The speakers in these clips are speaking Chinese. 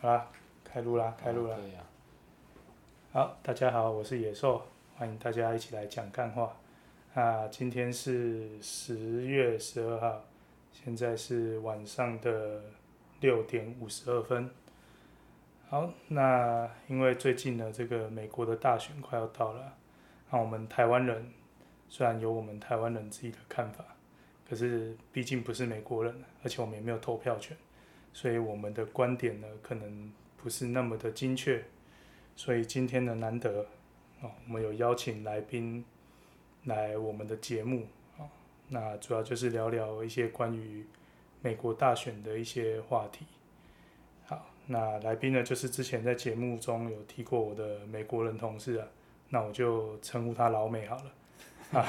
好啦，开录啦，开录啦。对呀、好，大家好，我是野兽，欢迎大家一起来讲干话。那今天是十月十二号，现在是晚上的六点五十二分。好，那因为最近呢，这个美国的大选快要到了，那我们台湾人虽然有我们台湾人自己的看法，可是毕竟不是美国人，而且我们也没有投票权，所以我们的观点呢，可能不是那么的精确。所以今天呢，难得哦，我们有邀请来宾来我们的节目哦，那主要就是聊聊一些关于美国大选的一些话题。好，那来宾呢，就是之前在节目中有提过我的美国人同事啊，那我就称呼他老美好了。啊，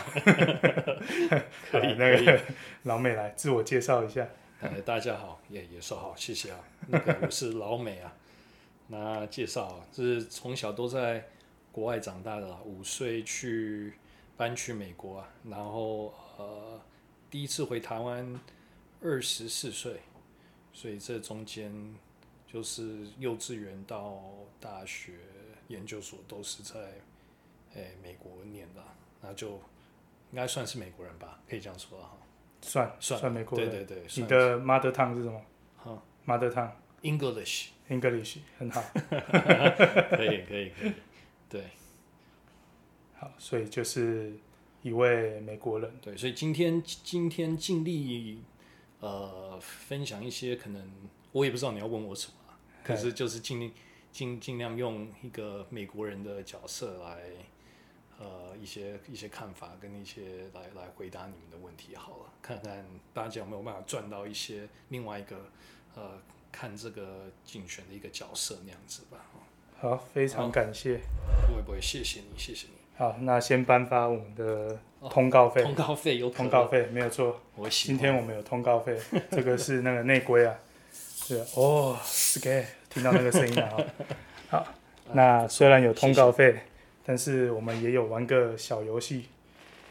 可 以好那个老美来自我介绍一下。呃，大家好，也也说好，谢谢啊。那个 我是老美啊，那介绍、啊，这是从小都在国外长大的、啊，五岁去搬去美国啊，然后呃，第一次回台湾二十四岁，所以这中间就是幼稚园到大学、研究所都是在诶、美国念的啊、那就应该算是美国人吧，可以这样说啊。算算美国人，对对对，你算的 mother tongue 是什么哈？mother tongue English。 English 很好。可以可以可以，对好，所以就是一位美国人，对，所以今天今天尽力呃分享一些可能我也不知道你要问我什么啊，可是就是尽力尽尽量用一个美国人的角色来呃一些一些看法跟一些来来回答你们的问题好了，看看大家有没有办法赚到一些另外一个呃看这个竞选的一个角色那样子吧，好，非常感谢。不会不会，谢谢你谢谢你，好，那先颁发我们的通告费，通告费哦有可通告费没有错，我喜今天我们有通告费， 这个是那个内规啊，是哦，sky 听到那个声音了、哦。好， 那虽然有通告费，但是我们也有玩个小游戏。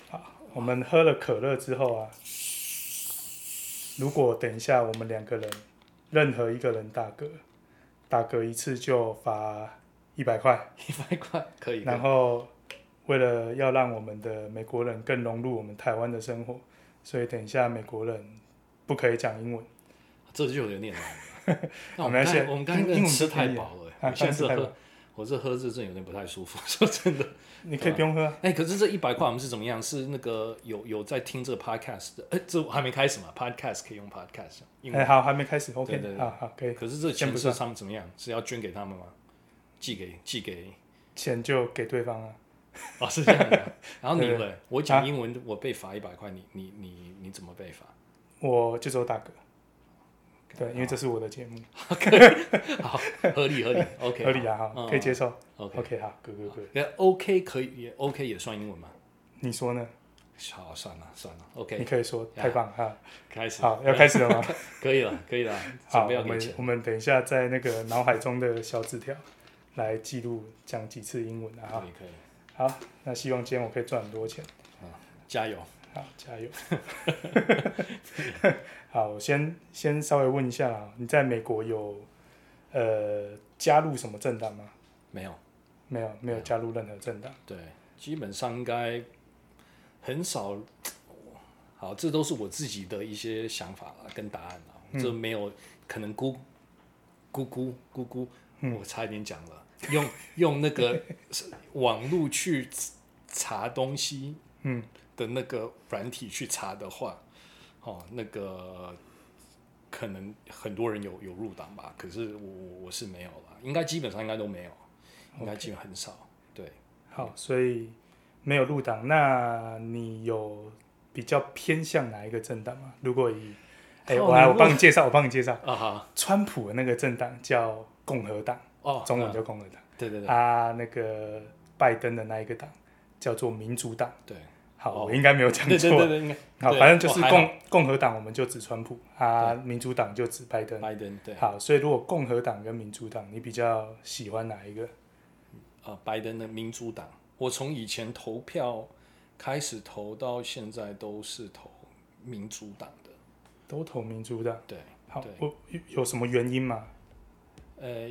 好，我们喝了可乐之后啊，如果等一下我们两个人任何一个人打嗝，打嗝一次就罚一百块。一百块 可以。然后为了要让我们的美国人更融入我们台湾的生活，所以等一下美国人不可以讲英文。这就有点 难了。那我没们关系刚我们刚英英刚文吃都可以太饱了、啊我现在这刚吃太喝，我这喝这真有点不太舒服， 说 真的。你可以不用喝啊，哎、可是这一百块我们是怎么样？是那个有有在听这个 podcast 的？哎、这我还没开始嘛，podcast 可以用 podcast，因为、哎，好，还没开始啊对对，OK，对好好，可以，可是这哎先钱不是他们怎么样？是要捐给他们吗？寄给寄给钱就给对方啊。哦，是这样 的。然后你对啊嘞，我讲英文，我被罚一百块，你你你你怎么被罚？我就走打嗝，对，因为这是我的节目，好，合理 合理，OK，合理啊，哈，嗯可以接受。 ，OK， OK，好，哥哥哥，那 OK 可以也 OK 也算英文吗？你说呢？好，算了算了你，OK，可以说，太棒了哈。开始，好，要开始了 吗？可以了，可以了，好，准备要我给们钱。我们等一下在那个脑海中的小纸条来记录讲几次英文啊。哈可以可以，好，那希望今天我可以赚很多钱。加油！好，加油！ 好，我先先稍微问一下啦，你在美国有呃加入什么政党吗？没有，没有，没有加入任何政党。对，基本上应该很少。好，这都是我自己的一些想法啦，跟答案啦，这没有可能咕咕咕咕咕，我差一点讲了，用 用那个网络去查东西，嗯，的那个软体去查的话，哦，那个可能很多人有有入党吧，可是我我我是没有啦，应该基本上应该都没有，应该基本很少。对，好，所以没有入党。那你有比较偏向哪一个政党吗？如果以哎、靠我来，你我帮你介绍，我帮你介绍，啊哈，川普的那个政党叫共和党，哦，中文嗯叫共和党。对对对啊，那个拜登的那一个党叫做民主党。对，好，哦我应该没有讲对对错对。对，应该好，对反正就是哦还共共和党，我们就指川普啊，民主党就指拜登。拜登对啊、好，所以如果共和党跟民主党，你比较喜欢哪一个？哦拜登的民主党，我从以前投票开始投到现在都是投民主党的，都投民主党。对，好对，我有有什么原因吗？呃，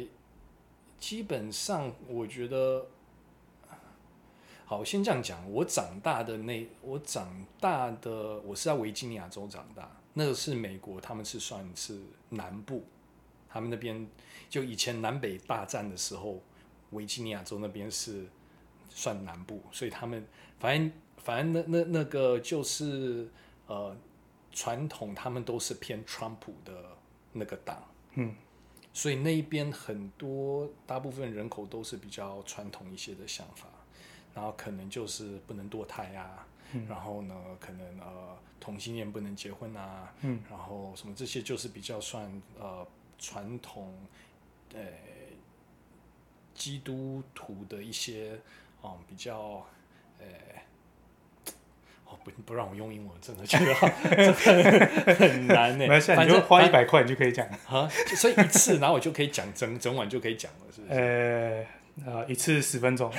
基本上我觉得，好，我先这样讲，我长大的那我长大的我是在维吉尼亚州长大，那个是美国，他们是算是南部，他们那边就以前南北大战的时候，维吉尼亚州那边是算南部，所以他们反正反正那那那个就是呃传统，他们都是偏川普的那个党。嗯所以那一边很多大部分人口都是比较传统一些的想法，然后可能就是不能堕胎啊，嗯然后呢，可能呃同性恋不能结婚啊，嗯，然后什么这些就是比较算呃传统，呃基督徒的一些嗯比较呃。哦，不不让我用英文，真的觉 得真的很难呢。没事，反你就正花一百块，你就可以讲。啊，就所以一次，然后我就可以讲整整晚就可以讲了，是不是？呃，啊，一次十分钟。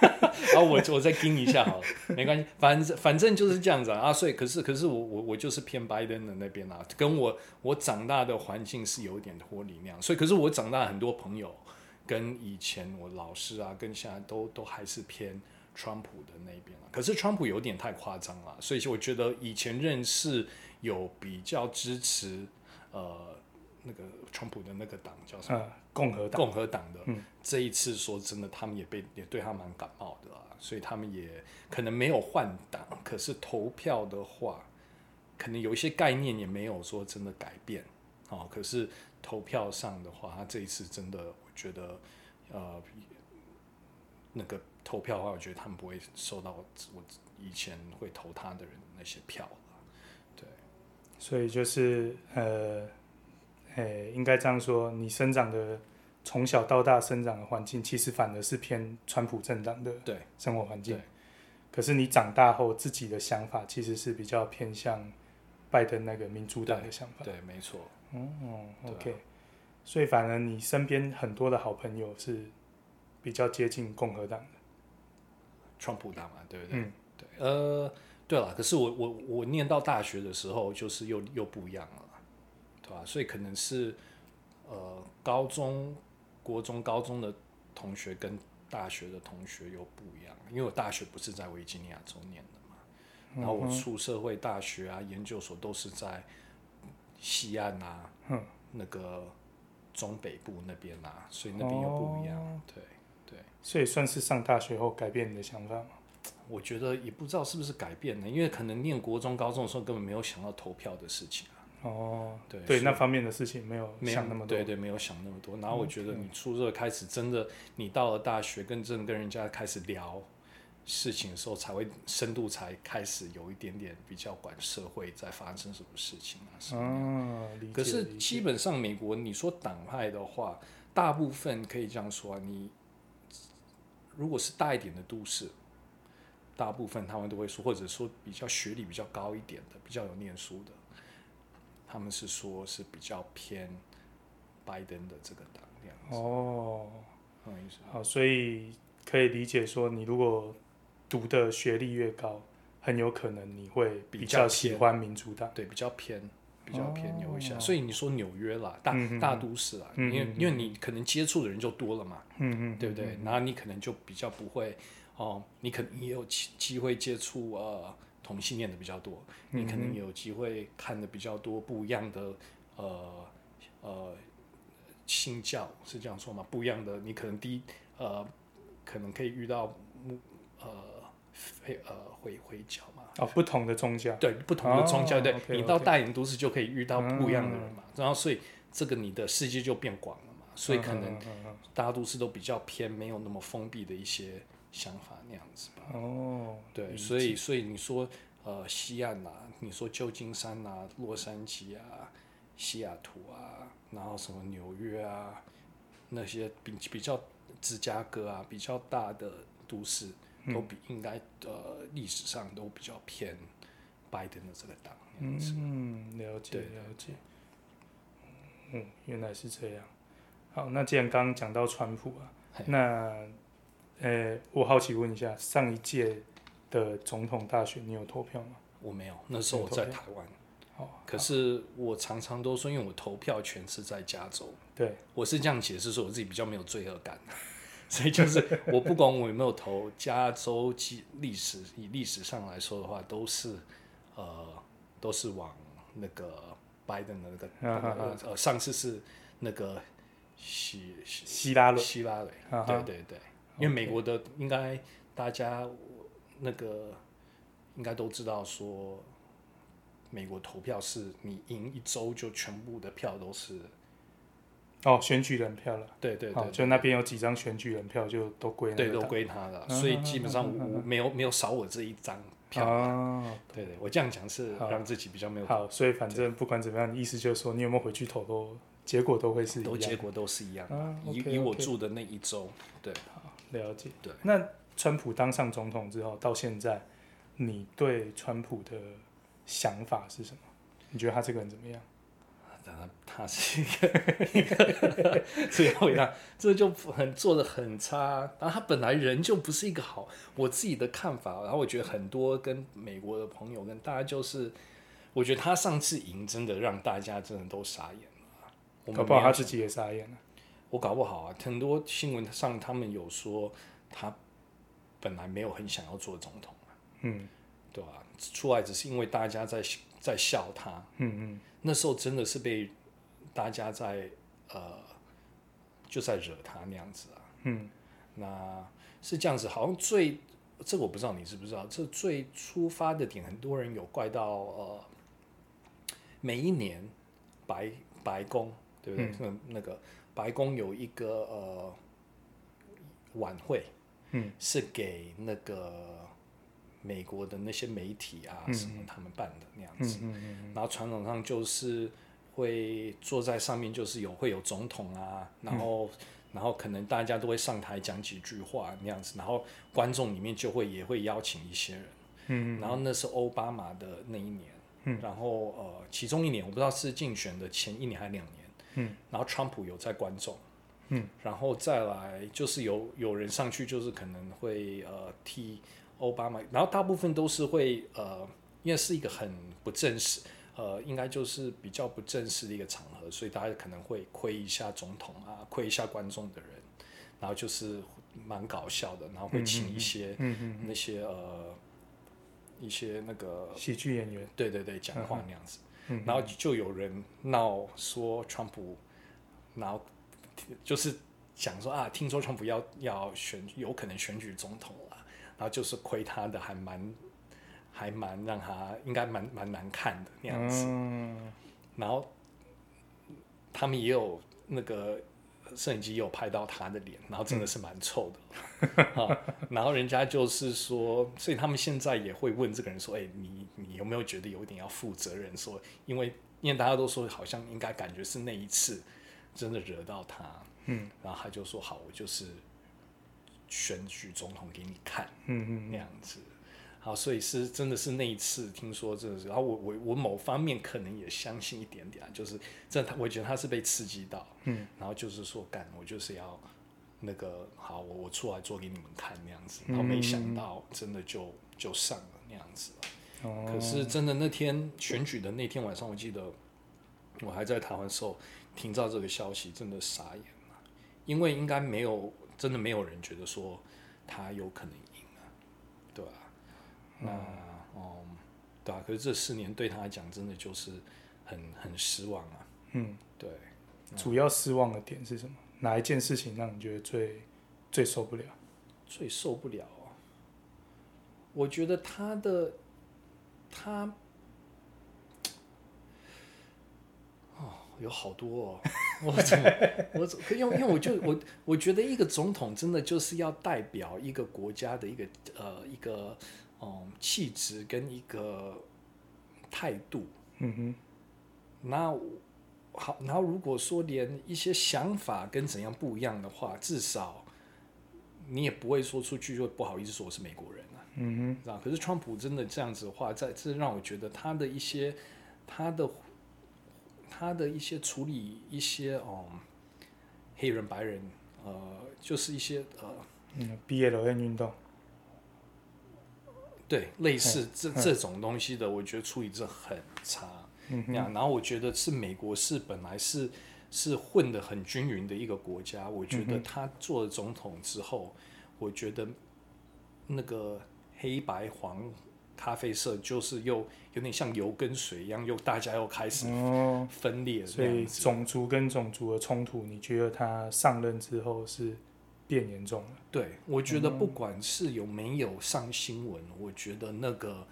然啊后我我再盯一下好了，没关系， 反正反正就是这样子啊。啊所以可是可是我我我就是偏拜登的那边啊，跟我我长大的环境是有一点脱离那样，所以可是我长大很多朋友跟以前我老师啊，跟现在都都还是偏川普的那边啊。可是川普有点太夸张了，所以我觉得以前认识有比较支持呃那个川普的那个党叫什么？嗯，共和党。共和党的、嗯这一次，说真的，他们也被也对他蛮感冒的啊，所以他们也可能没有换党，可是投票的话，可能有一些概念也没有说真的改变哦。可是投票上的话，他这一次真的，我觉得呃，那个投票的话，我觉得他们不会受到我以前会投他的人的那些票啊了。对，所以就是呃，诶、应该这样说，你生长的从小到大生长的环境，其实反而是偏川普政党的对生活环境对。可是你长大后自己的想法，其实是比较偏向拜登那个民主党的想法。对，没错。哦对啊，OK。所以反而你身边很多的好朋友是比较接近共和党的。川普党嘛，对不对？嗯对，呃，对了，可是我我我念到大学的时候，就是又又不一样了，对吧？所以可能是呃，高中、国中、高中的同学跟大学的同学又不一样，因为我大学不是在维吉尼亚州念的嘛，嗯然后我出社会、大学啊、研究所都是在西岸啊，嗯那个中北部那边啊，所以那边又不一样，哦对对。所以算是上大学后改变你的想法吗？我觉得也不知道是不是改变了，因为可能念国中、高中的时候根本没有想到投票的事情啊，哦，对对，是那方面的事情没有没有想那么多。嗯对对，没有想那么多。然后我觉得你出社会开始，真的你到了大学，跟真的跟人家开始聊事情的时候，才会深度才开始有一点点比较管社会在发生什么事情啊什么的。哦，理解。可是理解基本上美国，你说党派的话，大部分可以这样说啊，你如果是大一点的都市，大部分他们都会说，或者说比较学历比较高一点的、比较有念书的，他们是说是比较偏拜登的这个党这样子，哦，懂我意思吗？好，所以可以理解说，你如果读的学历越高，很有可能你会比比较较喜偏欢民主党。对，比较偏，比较偏有一些。哦所以你说纽约啦，大、嗯嗯嗯大都市啦，嗯嗯因为嗯因为你可能接触的人就多了嘛，嗯嗯，对不对嗯？？然后你可能就比较不会哦，你可能也有机机会接触呃同性恋的比较多，你嗯可能也有机会看的比较多不一样的呃呃信教是这样说吗？不一样的，你可能第一呃可能可以遇到穆呃非呃回回教嘛，哦，不同的宗教。对不同的宗教，哦嗯对 OK，OK 你到大影都市就可以遇到不一样的人嘛，然后所以这个你的世界就变广了嘛，所以可能嗯嗯嗯大都市都比较偏没有那么封闭的一些想法那样子吧。嗯哦，对，理所以所以你说呃西岸呐、你说旧金山呐、洛杉矶啊、西雅图啊，然后什么纽约啊，那些比比较芝加哥啊比较大的都市，都比、应该呃历史上都比较偏拜登的这个党那样子。嗯，了解对对了解。嗯，原来是这样。好，那既然刚刚讲到川普啊嘿，那呃，我好奇问一下，上一届的总统大选你有投票吗？我没有，那时候我在台湾，哦，可是我常常都说，因为我投票权是在加州，对，我是这样解释说，我自己比较没有罪恶感，啊 所以就是我不管我有没有投加州记历史，以历史上来说的话，都是呃都是往那个拜登的那个、啊哈呃呃上次是那个希希希拉蕊，希拉蕊，啊对哈对对，因为美国的应该大家那个应该都知道说。美国投票是你赢一周就全部的票都是，啊哦，选举人票了，对对对哦，就那边有几张选举人票就都归那对，个都党归他了，嗯所以基本上嗯嗯我没有没有少我这一张票。哦，对对，我这样讲是好让自己比较没有，好，所以反正不管怎么样，意思就是说，你有没有回去投都，结果都会是一都样的。结果都是一样啊的。以 OK，以我 OK 住的那一周，对，了解。对，那川普当上总统之后到现在，你对川普的想法是什么？你觉得他这个人怎么样？他啊他是一个一个最后一样，这就很做的很差。然后他本来人就不是一个好，我自己的看法。然后我觉得很多跟美国的朋友跟大家就是，我觉得他上次赢真的让大家真的都傻眼了。我搞们不好没有他自己也傻眼了。我搞不好啊，很多新闻上他们有说他本来没有很想要做总统，嗯对吧、出来只是因为大家在在笑他，嗯那时候真的是被大家在呃就在惹他那样子啊。嗯嗯，那是这样子，好像最这个我不知道你知不知道，这最出发的点，很多人有怪到呃，每一年白白宫对不对？嗯那那个白宫有一个呃晚会，嗯，是给那个美国的那些媒体啊、什么他们办的那样嗯子，嗯嗯然后传统上就是会坐在上面，就是有会有总统啊，嗯然后、然后可能大家都会上台讲几句话那样子，然后观众里面就会也会邀请一些人，嗯然后那是奥巴马的那一年，嗯然后呃其中一年我不知道是竞选的前一年还是两年，嗯，然后川普有在观众。嗯，然后再来就是有有人上去，就是可能会呃替奥巴马，然后大部分都是会呃，因为是一个很不正式，呃，应该就是比较不正式的一个场合，所以大家可能会亏一下总统啊，亏一下观众的人，然后就是蛮搞笑的，然后会请一些嗯嗯那些呃一些那个嗯，喜剧演员。对对对讲话那样子，嗯然后就有人闹说川普，然后就是讲说啊，听说川普要要选，有可能选举总统了，然后就是亏他的还蛮还蛮让他应该蛮蛮难看的那样子，嗯然后他们也有那个摄影机也有拍到他的脸，然后真的是蛮臭的、啊。 然后人家就是说，所以他们现在也会问这个人说：“哎、你你有没有觉得有点要负责任？说，因为因为大家都说好像应该感觉是那一次真的惹到他，嗯，然后他就说好，我就是选举总统给你看。”嗯那嗯样子。好，所以是真的是那一次听说这是，然后我我我某方面可能也相信一点点啊，就是真的他，我觉得他是被刺激到，嗯，然后就是说干，我就是要那个好，我我出来做给你们看那样嗯子，然后没想到真的就就上了那样子。嗯，哦，可是真的那天选举的那天晚上，我记得我还在台湾的时候听到这个消息，真的傻眼了，因为应该没有真的没有人觉得说他有可能赢啊，对吧、那嗯对啊，可是这四年对他来讲真的就是很很失望啊，嗯，对，主要失望的点是什么？哪一件事情让你觉得最最受不了？最受不了、哦。我觉得他的他哦，有好多哦，我怎么我怎么因为因为我就我我觉得一个总统真的就是要代表一个国家的一个呃一个嗯气质跟一个态度，嗯哼，那我好，然后如果说连一些想法跟怎样不一样的话，至少你也不会说出去就不好意思说我是美国人啊，嗯哼，知道？可是川普真的这样子的话，在这让我觉得他的一些他的他的一些处理一些哦、嗯黑人白人呃，就是一些呃嗯，BLN 运动，对类似这嗯这种东西的，我觉得处理这很差。嗯那哼，样，然后我觉得是美国是本来是是混得很均匀的一个国家，我觉得嗯哼他做了总统之后，我觉得那个黑白黄咖啡色就是又有点像油跟水一样，又大家又开始哦，分裂所这以样子。种族跟种族的冲突，你觉得他上任之后是变严重了？对，我觉嗯得不管是有没有上新闻，我觉得那个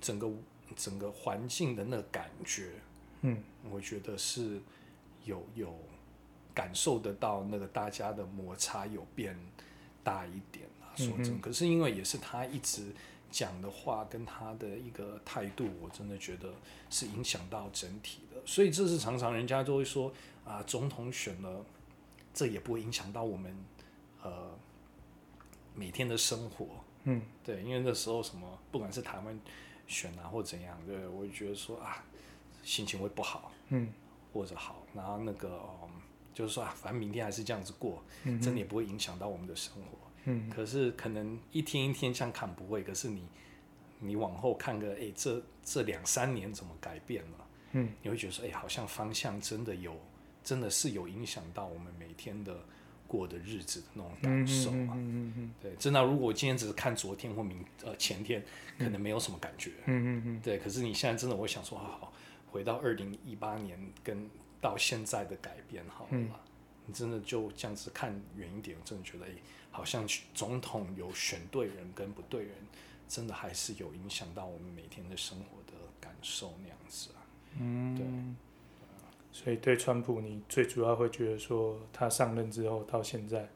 整个整个环境的那个感觉，嗯，我觉得是有有感受得到那个大家的摩擦有变大一点啦。说真的，嗯哼可是因为也是他一直讲的话跟他的一个态度，我真的觉得是影响到整体的。所以这是常常人家都会说啊，总统选了，这也不会影响到我们呃每天的生活。嗯，对，因为那时候什么，不管是台湾选啊或怎样，对我就觉得说啊，心情会不好嗯或者好，然后那个、嗯、就是说啊，反正明天还是这样子过，嗯真的也不会影响到我们的生活。嗯可是可能一天一天这样看不会，可是你你往后看个，哎、这这两三年怎么改变了？嗯，你会觉得说，哎、好像方向真的有，真的是有影响到我们每天的过的日子的那种感受嗯啊。嗯嗯对，真的，如果我今天只是看昨天或明呃前天，可能没有什么感觉。嗯嗯对，可是你现在真的，我想说，好好回到二零一八年跟到现在的改变好了啦。你真的就这样子看远一点，我真的觉得，哎、好像总统有选对人跟不对人，真的还是有影响到我们每天的生活的感受那样子啊。嗯，对。所以对川普，你最主要会觉得说，他上任之后到现在，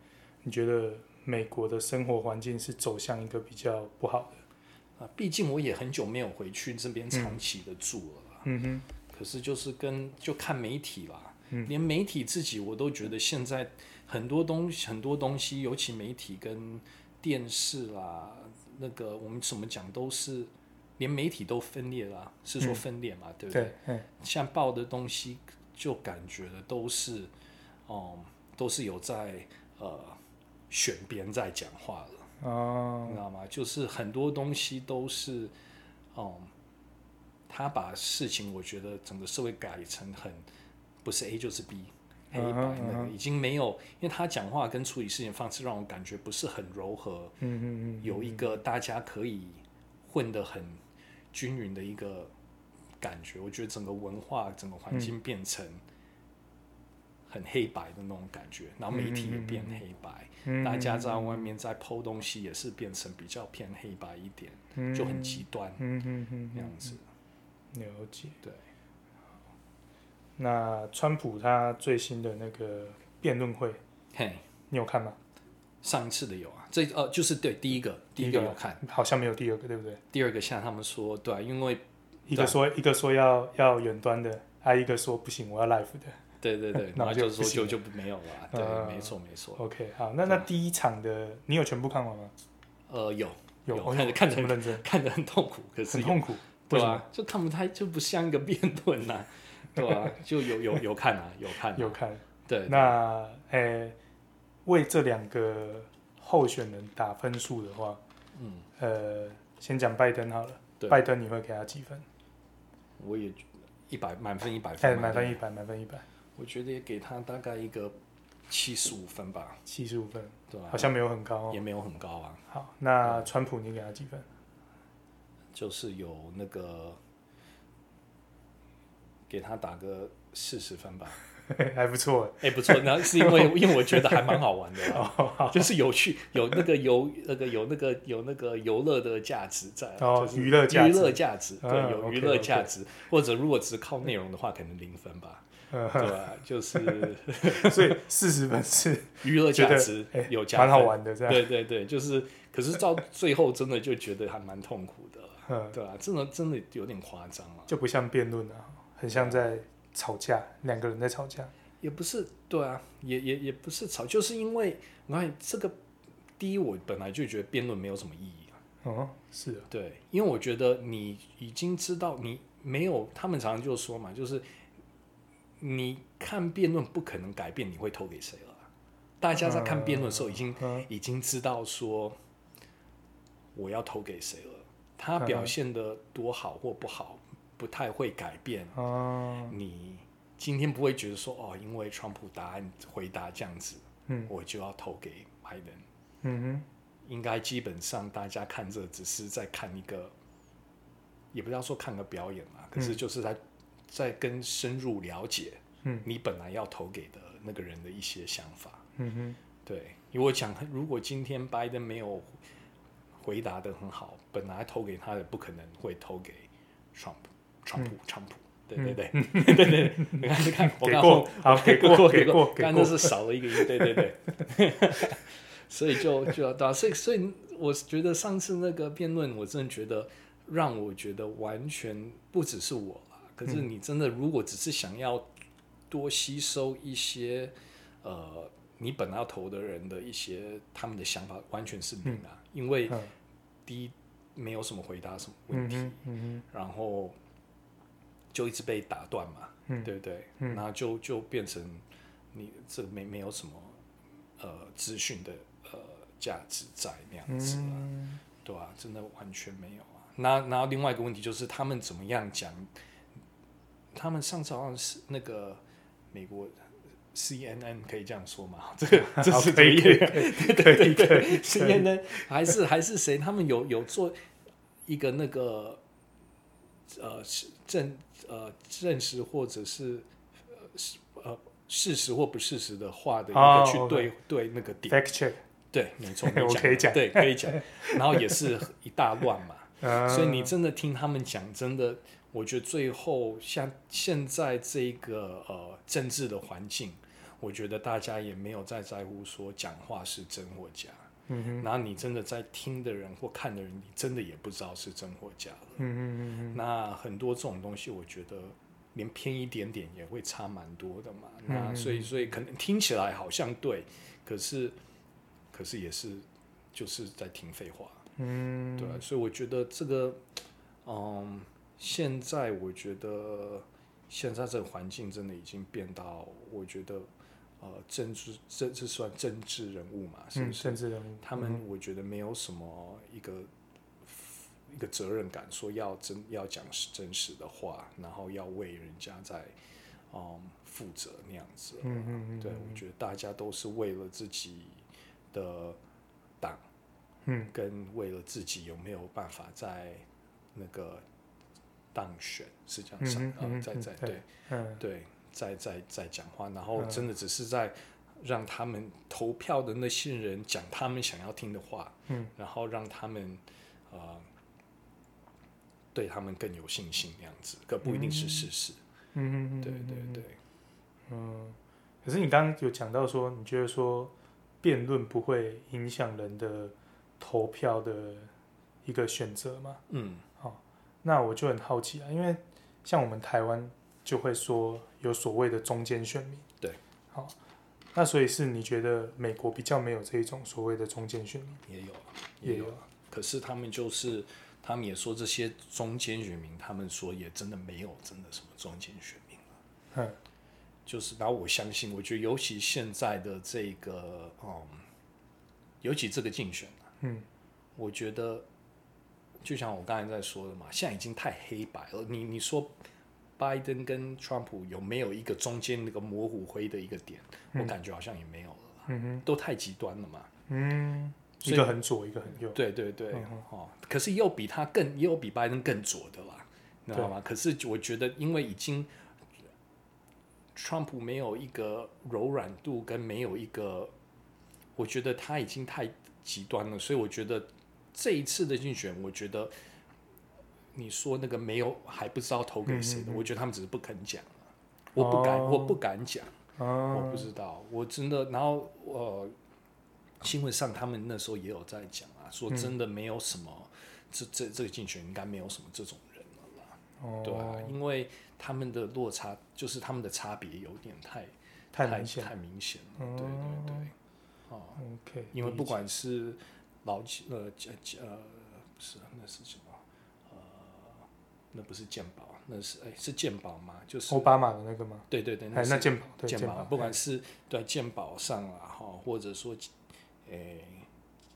你觉得美国的生活环境是走向一个比较不好的？啊，毕竟我也很久没有回去这边长期的住了啦。嗯哼，可是就是跟就看媒体啦，嗯连媒体自己我都觉得现在很多东西很多东西，尤其媒体跟电视啦，那个我们怎么讲都是连媒体都分裂啦，是说嗯分裂嘛，对不对？对，嗯像报的东西就感觉的都是，哦、都是有在呃选边在讲话了。你哦，知道吗？就是很多东西都是，嗯，他把事情，我觉得整个社会改成很不是 A 就是 B，黑嗯哼白那嗯个已经没有，因为他讲话跟处理事情方式让我感觉不是很柔和，嗯嗯嗯，有一个大家可以混得很均匀的一个感觉。我觉得整个文化、整个环嗯境变成很黑白的那种感觉，然后媒体也变黑白。嗯大家在外面在剖东西也是变成比较偏黑白一点，就很极端嗯嗯嗯那样子。了解。对，那川普他最新的那个辩论会，嘿，你有看吗？上一次的有啊，这呃就是对第一个第一第一个个有看，好像没有第二个，对不对？第二个像他们说对啊、因为一个说一个说要要远端的，还、一个说不行，我要 live 的。，对对对 那然后就就不说行就了就没有了啊，对，嗯没错没错， OK，好，那那第一场的你有全部看完吗？呃有有，有哦看着看着这么认 真，看得很痛苦，可是很有痛苦，对为什啊，就看不太就不像一个辩论 呐，对啊，就有有有看啊有看啊，有看。对，那诶、为这两个候选人打分数的话，嗯，呃，先讲拜登好了。对拜登你会给他几分？我也一百满分一百哎，分嘛，满分对一百，满分一百，我觉得也给他大概一个七十五分吧，七十五分，对吧、好像没有很高哦。也没有很高啊，好，那川普你给他几分？ 就是有那个给他打个四十分吧。还不错哎、不错，那是因为因为我觉得还蛮好 玩的哦。啦，好就是有趣，有那个游那个有那个有那个游乐的价值在啊，哦就是娱乐价值娱乐价值，对，嗯有 OK，娱乐价值，或者如果只靠内容的话，可能零分 吧，嗯，对吧？ 就是所以四十分是娱乐觉价得值哎有加蛮分，好玩的，这样。对啊对对，就是，可是到最后真的就觉得还蛮痛苦的 啦，嗯，对啊，真的真的有点夸张了，就不像辩论啊，很像在吵架，两个人在吵架。也不是，对啊，也也也不是吵，就是因为我看这个，第一我本来就觉得辩论没有什么意义啊，哦，是啊，对，因为我觉得你已经知道你没有，他们常常就说嘛，就是你看辩论不可能改变你会投给谁了，啊大家在看辩论的时候已经嗯已经知道说我要投给谁了。他表现的多好或不好，不太会改变。哦，你今天不会觉得说哦，因为川普答案回答这样子，嗯我就要投给拜登。嗯应该基本上大家看这只是在看一个，也不要说看个表演嗯嘛，可是就是在在跟深入了解哼，嗯你本来要投给的那个人的一些想法。嗯哼，对，因为我讲，如果今天拜登没有回答的很好，本来投给他的不可能会投给川普，川普，川普。对对对，对对对，你看，你看，我给刚过，好，啊 给过，给给过，给但过那，是少了一个音，对对对， 所以就就要啊打，所以所以我觉得上次那个辩论，我真的觉得让我觉得完全不只是我啦，可嗯是你真的如果只是想要多吸收一些呃你本来要投的人的一些他们的想法，完全是零啊，因为嗯第一没有什么回答什么问嗯题，哼，嗯然后就一直被打断嘛，嗯对不对？嗯然后就就变成你这没没有什么呃资讯的呃价值在那样哼，子啊，嗯，对啊，真的完全没有啊。那然后另外一个问题就是他们怎么样讲？他们上次好像是那个美国 CNN 可以这样说嘛？这 个这好是可以怎么可样以对对可以可对以 ，CNN 还是还是谁？他们有有做一个那个呃是证呃证实或者是呃是呃事实或不事实的话的一哦个去 OK 对、对那个点， ，fact check，对，没错， 我你可以的讲对，可以 讲，然后也是一大乱嘛。啊所以你真的听他们讲，真的，我觉得最后像现在这个呃政治的环境，我觉得大家也没有再在乎说讲话是真或假，嗯哼，然后你真的在听的人或看的人，你真的也不知道是真或假了。嗯嗯嗯那很多这种东西，我觉得连偏一点点也会差蛮多的嘛。嗯那所以所以可能听起来好像对，可是可是也是就是在听废话。嗯，对啊，所以我觉得这个，嗯，现在我觉得现在这个环境真的已经变到，我觉得呃，政治这这算政治人物嘛，是不嗯，是？政治人物，他们我觉得没有什么一个一个责任感，说要真要讲是真实的话，然后要为人家在嗯负责那样子。嗯，嗯嗯，对，我觉得大家都是为了自己的党。嗯跟为了自己有没有办法在那个当选是这样嗯想啊、哼嗯哼在嗯在对对嗯对在在在讲话，然后嗯真的只是在让他们投票的那些人讲他们想要听的话，嗯，然后让他们呃对他们更有信心那样子，可不一定是事实，嗯嗯，对对对，嗯，可是你刚刚有讲到说，你觉得说辩论不会影响人的投票的一个选择嘛？嗯那我就很好奇啊，因为像我们台湾就会说有所谓的中间选民，对，好，那所以是你觉得美国比较没有这一种所谓的中间选民，也有啊也有啊，可是他们就是。他们也说这些中间选民，他们说也真的没有真的什么中间选民。嗯就是，然后我相信，我觉得尤其现在的这个，嗯，尤其这个竞选啊、嗯我觉得就像我刚才在说的嘛，现在已经太黑白了。你你说拜登跟川普有没有一个中间那个模糊灰的一个点？我感觉好像也没有了啦，嗯哼都太极端了嘛。嗯，所一以个很左，一个很右，对对对，嗯哼哦，可是又比他更，又比拜登更左的啦，你知道吗？可是我觉得，因为已经川普没有一个柔软度，跟没有一个，我觉得他已经太极端了，所以我觉得这一次的竞选，我觉得你说那个没有还不知道投给谁的，我觉得他们只是不肯讲啊，我不敢，嗯哦我不敢讲。我啊不，知道，我真的，然后呃，新闻上他们那时候也有在讲啊，说真的没有什么，这这这个竞选应该没有什么这种人了啦，对啊哦，，因为他们的落差就是他们的差别有点太太太明显嗯太明显了，对对对，哦， ，OK，因为不理解管是劳基呃健呃不是那是什么呃那不是健保，那是哎是健保吗？就是奥巴马的那个吗？对对对，哦哎，是那健保，对鉴健宝，保，哎不管是对鉴宝上啦，哈，或者说，诶、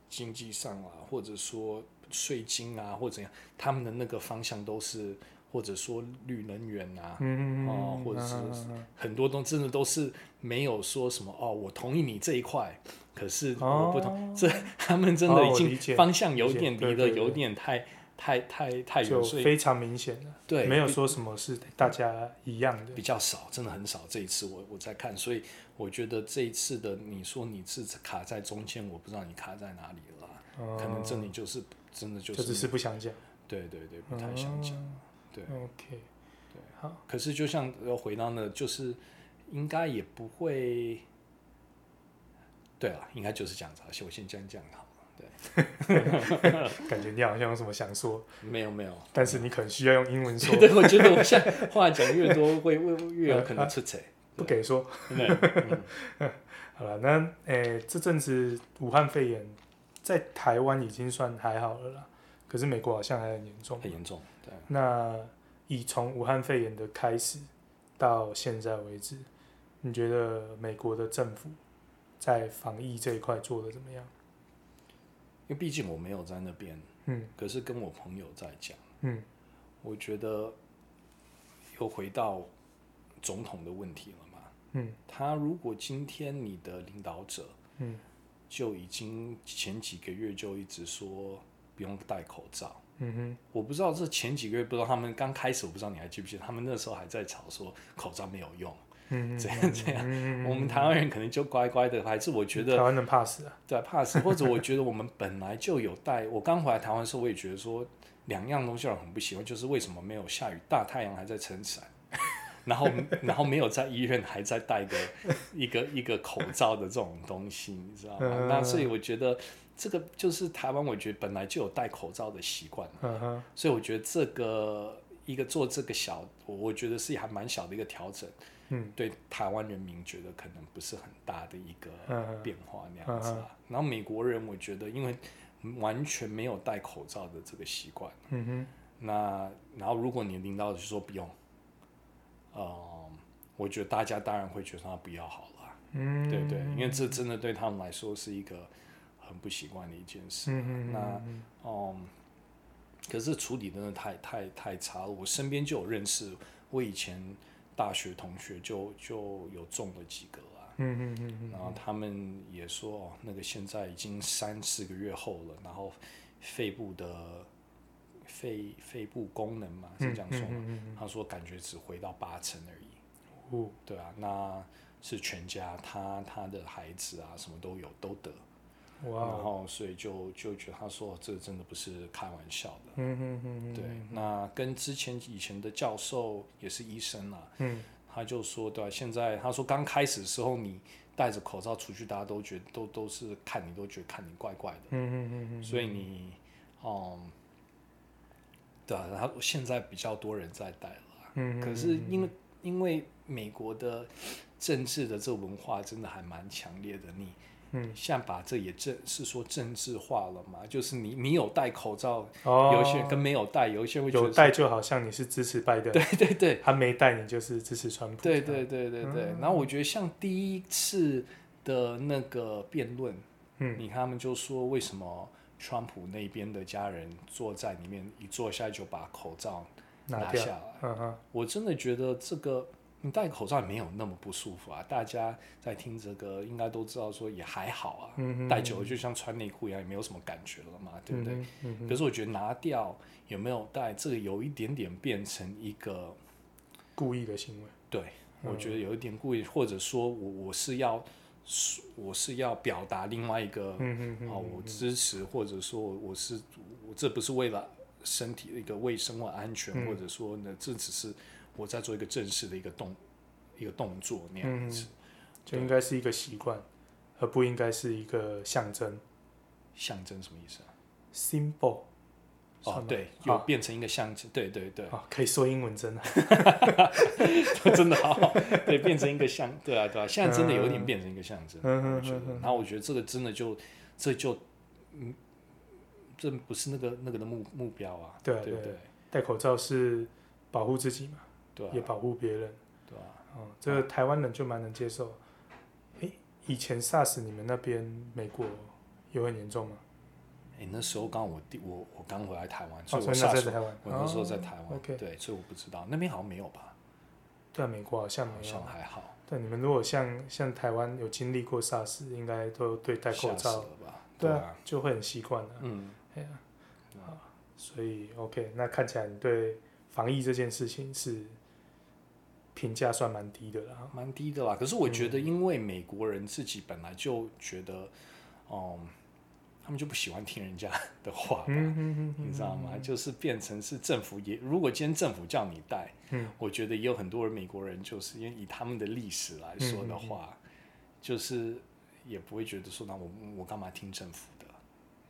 经济上啦，或者说税金啊，或者怎样，他们的那个方向都是或者说绿能源啊，嗯哦或者是嗯很多东真的都是没有说什么哦，我同意你这一块，可是哦我不同。 这他们真的哦已我经理解方向有理解点对离的对对有点太太太太就远，所以非常明显了，对没有说什么是大家一样的比，较少，真的很少。这一次我我在看，所以我觉得这一次的你说你是卡在中间，我不知道你卡在哪里了啦，哦可能真的就是真的就就只是是不想讲，哦对对对，不太想讲。对 OK，对好，可是就像要回到那，就是应该也不会，对啊，应该就是这样子啊。我先这样讲好了。感觉你好像有什么想说，没有没有，但是你可能需要用英文说， 对，我觉得我现在话讲越多，会会越有 可能出错。不给说。真的，好了，那诶、这阵子武汉肺炎在台湾已经算还好了啦，可是美国好像还很严重。很严重。对，啊那以从武汉肺炎的开始到现在为止，你觉得美国的政府在防疫这一块做的怎么样？因为毕竟我没有在那边，嗯可是跟我朋友在讲，嗯我觉得又回到总统的问题了嘛。嗯他如果今天你的领导者嗯就已经前几个月就一直说不用戴口罩。嗯哼，我不知道这前几个月，不知道他们刚开始，我不知道你还记不记得，他们那时候还在吵说口罩没有用，嗯这样这样。嗯我们台湾人可能就乖乖的，还是我觉台得湾人怕死啊，对怕死，或者我觉得我们本来就有戴。我刚回来台湾的时候，我也觉得说两样东西让我很不喜欢，就是为什么没有下雨，大太阳还在撑伞，然后 然后没有在医院还在戴个一个一个口罩的这种东西，你知道吗？嗯那所以我觉得这个就是台湾，我觉得本来就有戴口罩的习惯。嗯哼，所以我觉得这个一个做这个小，我我觉得是还蛮小的一个调整，嗯对台湾人民觉得可能不是很大的一个嗯哼，变化那样子啊。然后美国人，我觉得因为完全没有戴口罩的这个习惯，嗯哼，那然后如果你领导就说不用，呃，我觉得大家当然会觉得他不要好了，嗯，对对，因为这真的对他们来说是一个很不习惯的一件事。嗯嗯那嗯嗯，可是处理真的太太太差了。我身边就有认识，我以前大学同学就就有中了几个啊，嗯嗯然后他们也说哦，那个现在已经三四个月后了，然后肺部的肺肺部功能嘛是这样说嘛，嗯他说感觉只回到八成而已。嗯，对啊，那是全家，他他的孩子啊什么都有都得，嗯然哇，哦后所以就就觉得他说这真的不是开玩笑的。嗯嗯嗯，对，那跟之前以前的教授也是医生啊啦，嗯他就说，对、啊，现在他说刚开始的时候你戴着口罩出去，大家都觉得都都是看你都觉得看你怪怪的，嗯嗯嗯，所以你，嗯，对啊，然后现在比较多人在戴了啊，嗯，可是因为因为美国的政治的这文化真的还蛮强烈的，你。嗯，像把这也政是说政治化了嘛？就是你你有戴口罩，哦，有一些人跟没有戴，有一些人会觉得有戴就好像你是支持拜登，对对对他没戴你就是支持川普，对对对对对。嗯然后我觉得像第一次的那个辩论，嗯你看他们就说为什么川普那边的家人坐在里面一坐下就把口罩拿拿下掉，来，嗯哼，我真的觉得这个。你戴口罩也没有那么不舒服啊，大家在听这个应该都知道，说也还好啊，嗯戴久了就像穿内裤一样，也没有什么感觉了嘛，对不对？？嗯可是我觉得拿掉有没有戴，这个有一点点变成一个故意的行为，对，我嗯觉得有一点故意，或者说我我是要我是要表达另外一个啊、嗯嗯，哦，我支持，或者说我是我这不是为了身体的一个卫生或安全，嗯或者说呢，这只是我在做一个正式的一个动一个动作嗯那样子。就应该是一个习惯，而不应该是一个象征象征什么意思啊？ symbol。哦，对，有有变成一个象征，对对对，啊可以说英文真的， 真的好好，对，变成一个象，对啊对啊，现在真的有点变成一个象征。嗯我觉得，然后我觉得这个真的就，这就，嗯，这不是那个那个的目目标啊，对啊对不对对？戴口罩是保护自己嘛，对啊也保护别人。对啊，哦，这个台湾人就蛮能接受。诶，以前 SARS 你们那边美国有很严重吗？哎，那时候刚好我弟我我刚回来台湾，所哦，以所我以那下在手、台湾，我那时候在台湾，哦，OK，对，所以我不知道那边好像没有吧，对啊美国好像好没像有。啊还好，对，你们如果像像台湾有经历过 SARS，应该都对戴口吓死罩，了吧？对啊，啊，就会很习惯了。嗯，哎呀，啊，所以 OK，那看起来你对防疫这件事情是评价算蛮低的啦。蛮低的啦。可是我觉嗯得，因为美国人自己本来就觉得，嗯，他们就不喜欢听人家 的话吧，嗯嗯你知道吗？就是变成是政府也，如果今天政府叫你带，嗯，我觉得也有很多人美国人，就是因为以他们的历史来说嗯的话，就是也不会觉得说，那我我干嘛听政府的？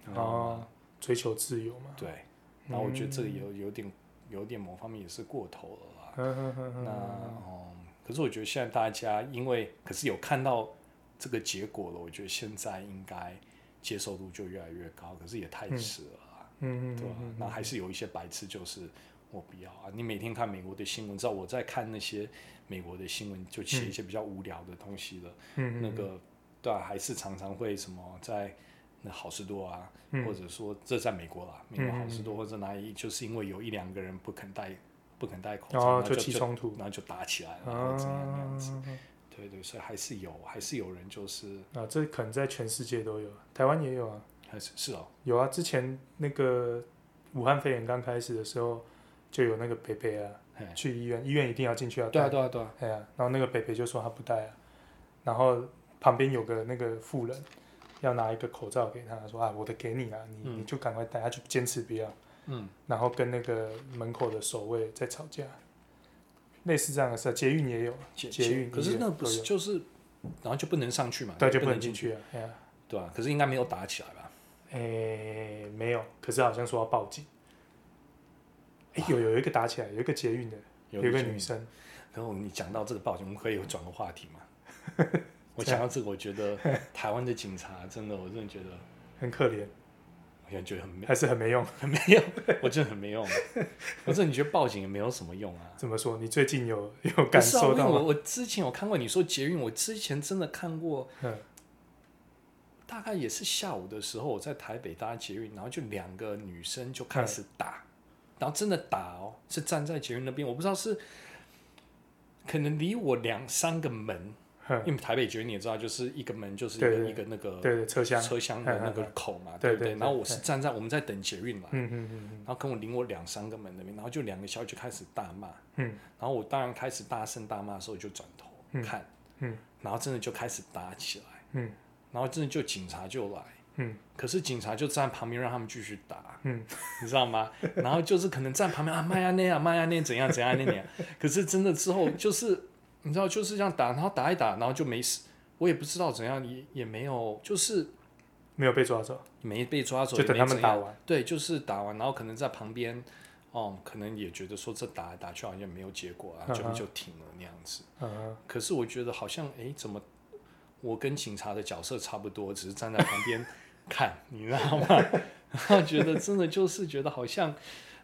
你知道吗，哦，嗯追求自由嘛。对。然后我觉得这个有有点有点某方面也是过头了啦。嗯哼哼哼那哼哦、可是我觉得现在大家因为可是有看到这个结果了，我觉得现在应该接受度就越来越高，可是也太迟了啦，嗯嗯对吧、嗯那还是有一些白痴就是。我不要啊！你每天看美国的新闻，知道我在看那些美国的新闻，就写一些比较无聊的东西了。嗯那个对啊，还是常常会什么在那好事多啊，嗯或者说这在美国啦，美国好事多或者哪里，就是因为有一两个人不肯戴不肯戴口罩，然后然后哦就哦就哦起冲突然后就打起来了，然后怎样那样子。啊对对，所以还是有，还是有人就是啊，这可能在全世界都有，台湾也有啊，还是是哦，有啊。之前那个武汉肺炎刚开始的时候，就有那个北北啊，嘿去医院，医院一定要进去要哎对啊戴，对啊对啊，哎呀、然后那个北北就说他不戴啊，然后旁边有个那个妇人要拿一个口罩给他，说啊，我的给你啊，你嗯你就赶快戴，他就坚持不要，嗯，然后跟那个门口的守卫在吵架，类似这样的事，捷运也有，啊捷捷运可是医那院不都是有就是，然后就不能上去嘛，对，就就不能进进，去啊，哎呀、对啊，可是应该没有打起来吧？诶、没有，可是好像说要报警。诶，有有一个打起来，有一个捷运的，有一个女生，然后你讲到这个报警，我们可以转个话题吗？ 我讲到这个，我觉得台湾的警察真的，我真的觉得，很可怜，我感觉很没还是很没用。很没用，我真的很没用。啊我真的觉得报警也没有什么用啊。怎么说？你最近 有有感受不是啊因为到吗？我我之前有看过你说捷运，我之前真的看过，嗯大概也是下午的时候，我在台北搭捷运，然后就两个女生就开始打，嗯然后真的打哦，是站在捷运那边，我不知道是可能离我两三个门，哼，因为台北捷运你也知道，就是一个门就是一对个对一个那个对对，车厢，呃车厢的那嗯个嗯口嘛，对不对对？对然后我是站在我们在等捷运嘛，嗯嗯嗯然后跟我离我两三个门那边，然后就两个小姐就开始大骂，嗯然后我当然开始大声大骂的时候，我就转头嗯看，嗯然后真的就开始打起来，嗯然后真的就警察就来，嗯可是警察就站旁边让他们继续打，嗯，你知道吗？ 然后就是可能站旁边啊，麦亚内啊，麦亚内怎样怎样那样， 可是真的之后就是你知道就是这样打，然后打一打，然后就没事，我也不知道怎样，也也没有就是嗯，没有被抓走，没被抓走，就等也他没们怎样打完。对，就是打完，然后可能在旁边，哦、可能也觉得说这打来打去好像没有结果啊，嗯就哼就停了那样子。嗯可是我觉得好像，哎，怎么我跟警察的角色差不多，只是站在旁边看， 你知道吗？然后觉得真的就是觉得好像，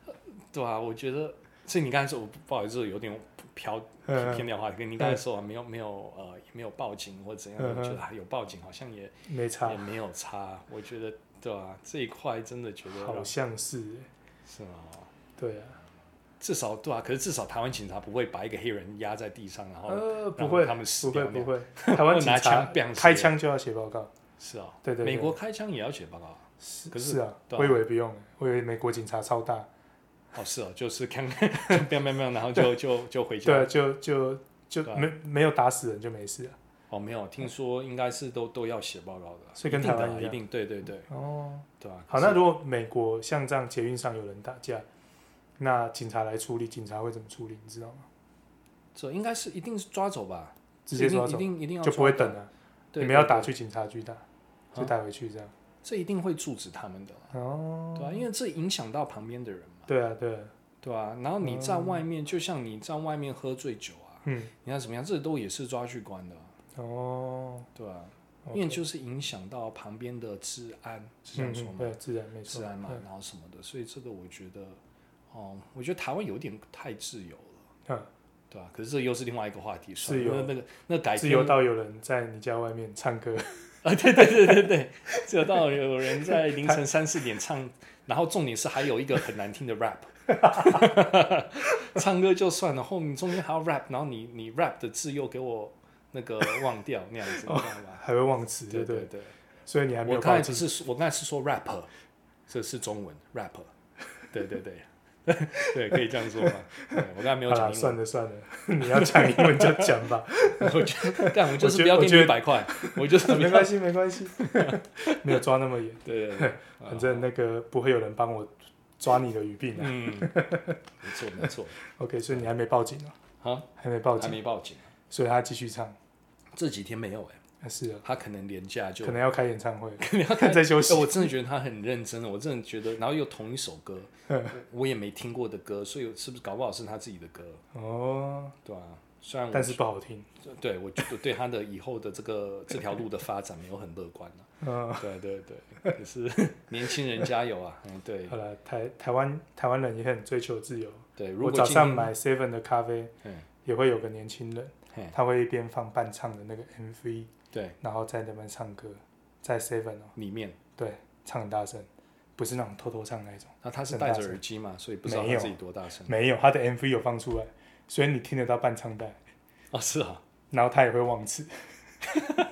呃对啊，我觉得，所以你刚才说，我不不好意思，有点飘嗯偏掉话题，跟你刚才说、啊、没有没有呃也没有报警或怎样，嗯我觉哼啊得还有报警好像也哼，没差也，没有差，我觉得对啊，这一块真的觉得让好像是，是吗？对啊，至少对啊，可是至少台湾警察不会把一个黑人压在地上，然后、呃，然不后会，他们死不会，掉那不样会， 台湾或警拿察枪 biang 开谁枪就要写报告，是啊、对对对美国开枪也要写报告啊，是可是是啊，对啊我以为不用，我以为美国警察超大，哦是哦、就是 看看就 biang biang biang，然后就就就回对家啊，。就就就对啊没没有打死人就没事啊。哦，没有，听说应该是都都要写报告的，所以跟一定的台湾啊一一样定对对对哦，对啊。好，可那是如果美国像这样捷运上有人打架，那警察来处理，警察会怎么处理？你知道吗？这应该是一定是抓走吧，直接抓一走，定一定一定要就不会抓走等了。对你们要对打对去警察局打，就带回去这样。这一定会阻止他们的啦，哦，对啊，因为这影响到旁边的人嘛，对啊，对啊，对啊。然后你哦在外面，就像你在外面喝醉酒啊，嗯，你看怎么样，这都也是抓去关的啊，哦，对啊， OK 因为就是影响到旁边的治安，是这嗯样说嗯，吗？对，自然没错，嗯治安嘛，然后什么的，所以这个我觉得，哦、我觉得台湾有点太自由了，嗯，对啊吧、可是这又是另外一个话题，自算了由那那个那嗯，改自天由到有人在你家外面唱歌，啊，对对对对对，只有到有人在凌晨三四点唱，然后重点是还有一个很难听 的 rap，唱歌就算了，后面中间还要 rap，然后你你 rap 的字又给我那个忘掉那样子，你知道吧？还会忘词， 对对不对？对对，所以你还没我有刚才报只警。是我刚才是说 rapper，这是中文 rapper，对对对，对可以这样说吗？对我刚才没有好啦，讲啊英文算，了 算了，你要讲英文就讲 吧，我就干我就我觉得是不要我给觉你得一百块，我就是不没要关系没关系，没有抓那么严，对 对对，反正那个不会有人帮我抓你的语病的。嗯，没错没错， OK，所以你还没报警啊？好，还没报还警，没报警，所以他继续唱。这几天没有哎、啊是啊，他可能廉价就可能要开演唱会，可能要看 在休息哎。我真的觉得他很认真，我真的觉得，然后又同一首歌，嗯我我也没听过的歌，所以是不是搞不好是他自己的歌，哦，对啊？虽然我但是不好听。对我觉得对他的以后的 这个这条路的发展没有很乐观、啊、嗯，对对对，可是 年轻人加油啊！嗯，对好了，台台湾台湾人也很追求自由。对，如我果早今上天买 Seven 的咖啡，嗯也会有个年轻人，嘿他会一边放伴唱的那个 MV，对然后在那边唱歌，在 Seven 哦，里面，对，唱很大声，不是那种偷偷唱那一种，那他是很戴大着声耳机嘛，所以不知道没他有自己多大声没有，他的 MV 有放出来，所以你听得到伴唱带，哦，是啊。然后他也会忘词，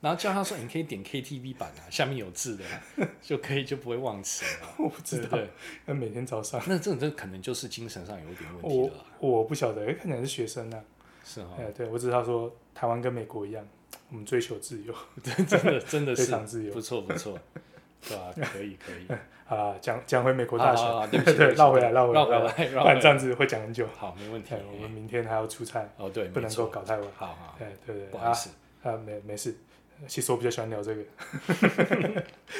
然后叫他说：“你可以点 KTV 版啊，下面有字的啊、就可以，就不会忘词了啊。我不”对知不道，对？那每天早上， 那这种这可能就是精神上有一点问题我了啊，哦我不晓得，可能是学生啊，是哈、哎，对我只知道说台湾跟美国一样，我们追求自由， 真真的真 的非是常自由不错不错，对吧、可以可以，啊，讲讲回美 国大好学， 好好啊对不起，对不起绕回来绕绕回回来，来，不绕回然这来，样子会讲很久，好，没问题哎，。我们明天还要出差，哦，对，不能够搞，搞太晚。好好，哎，对对，不对好啊意思，啊，没没事。其实我比较喜欢聊这个。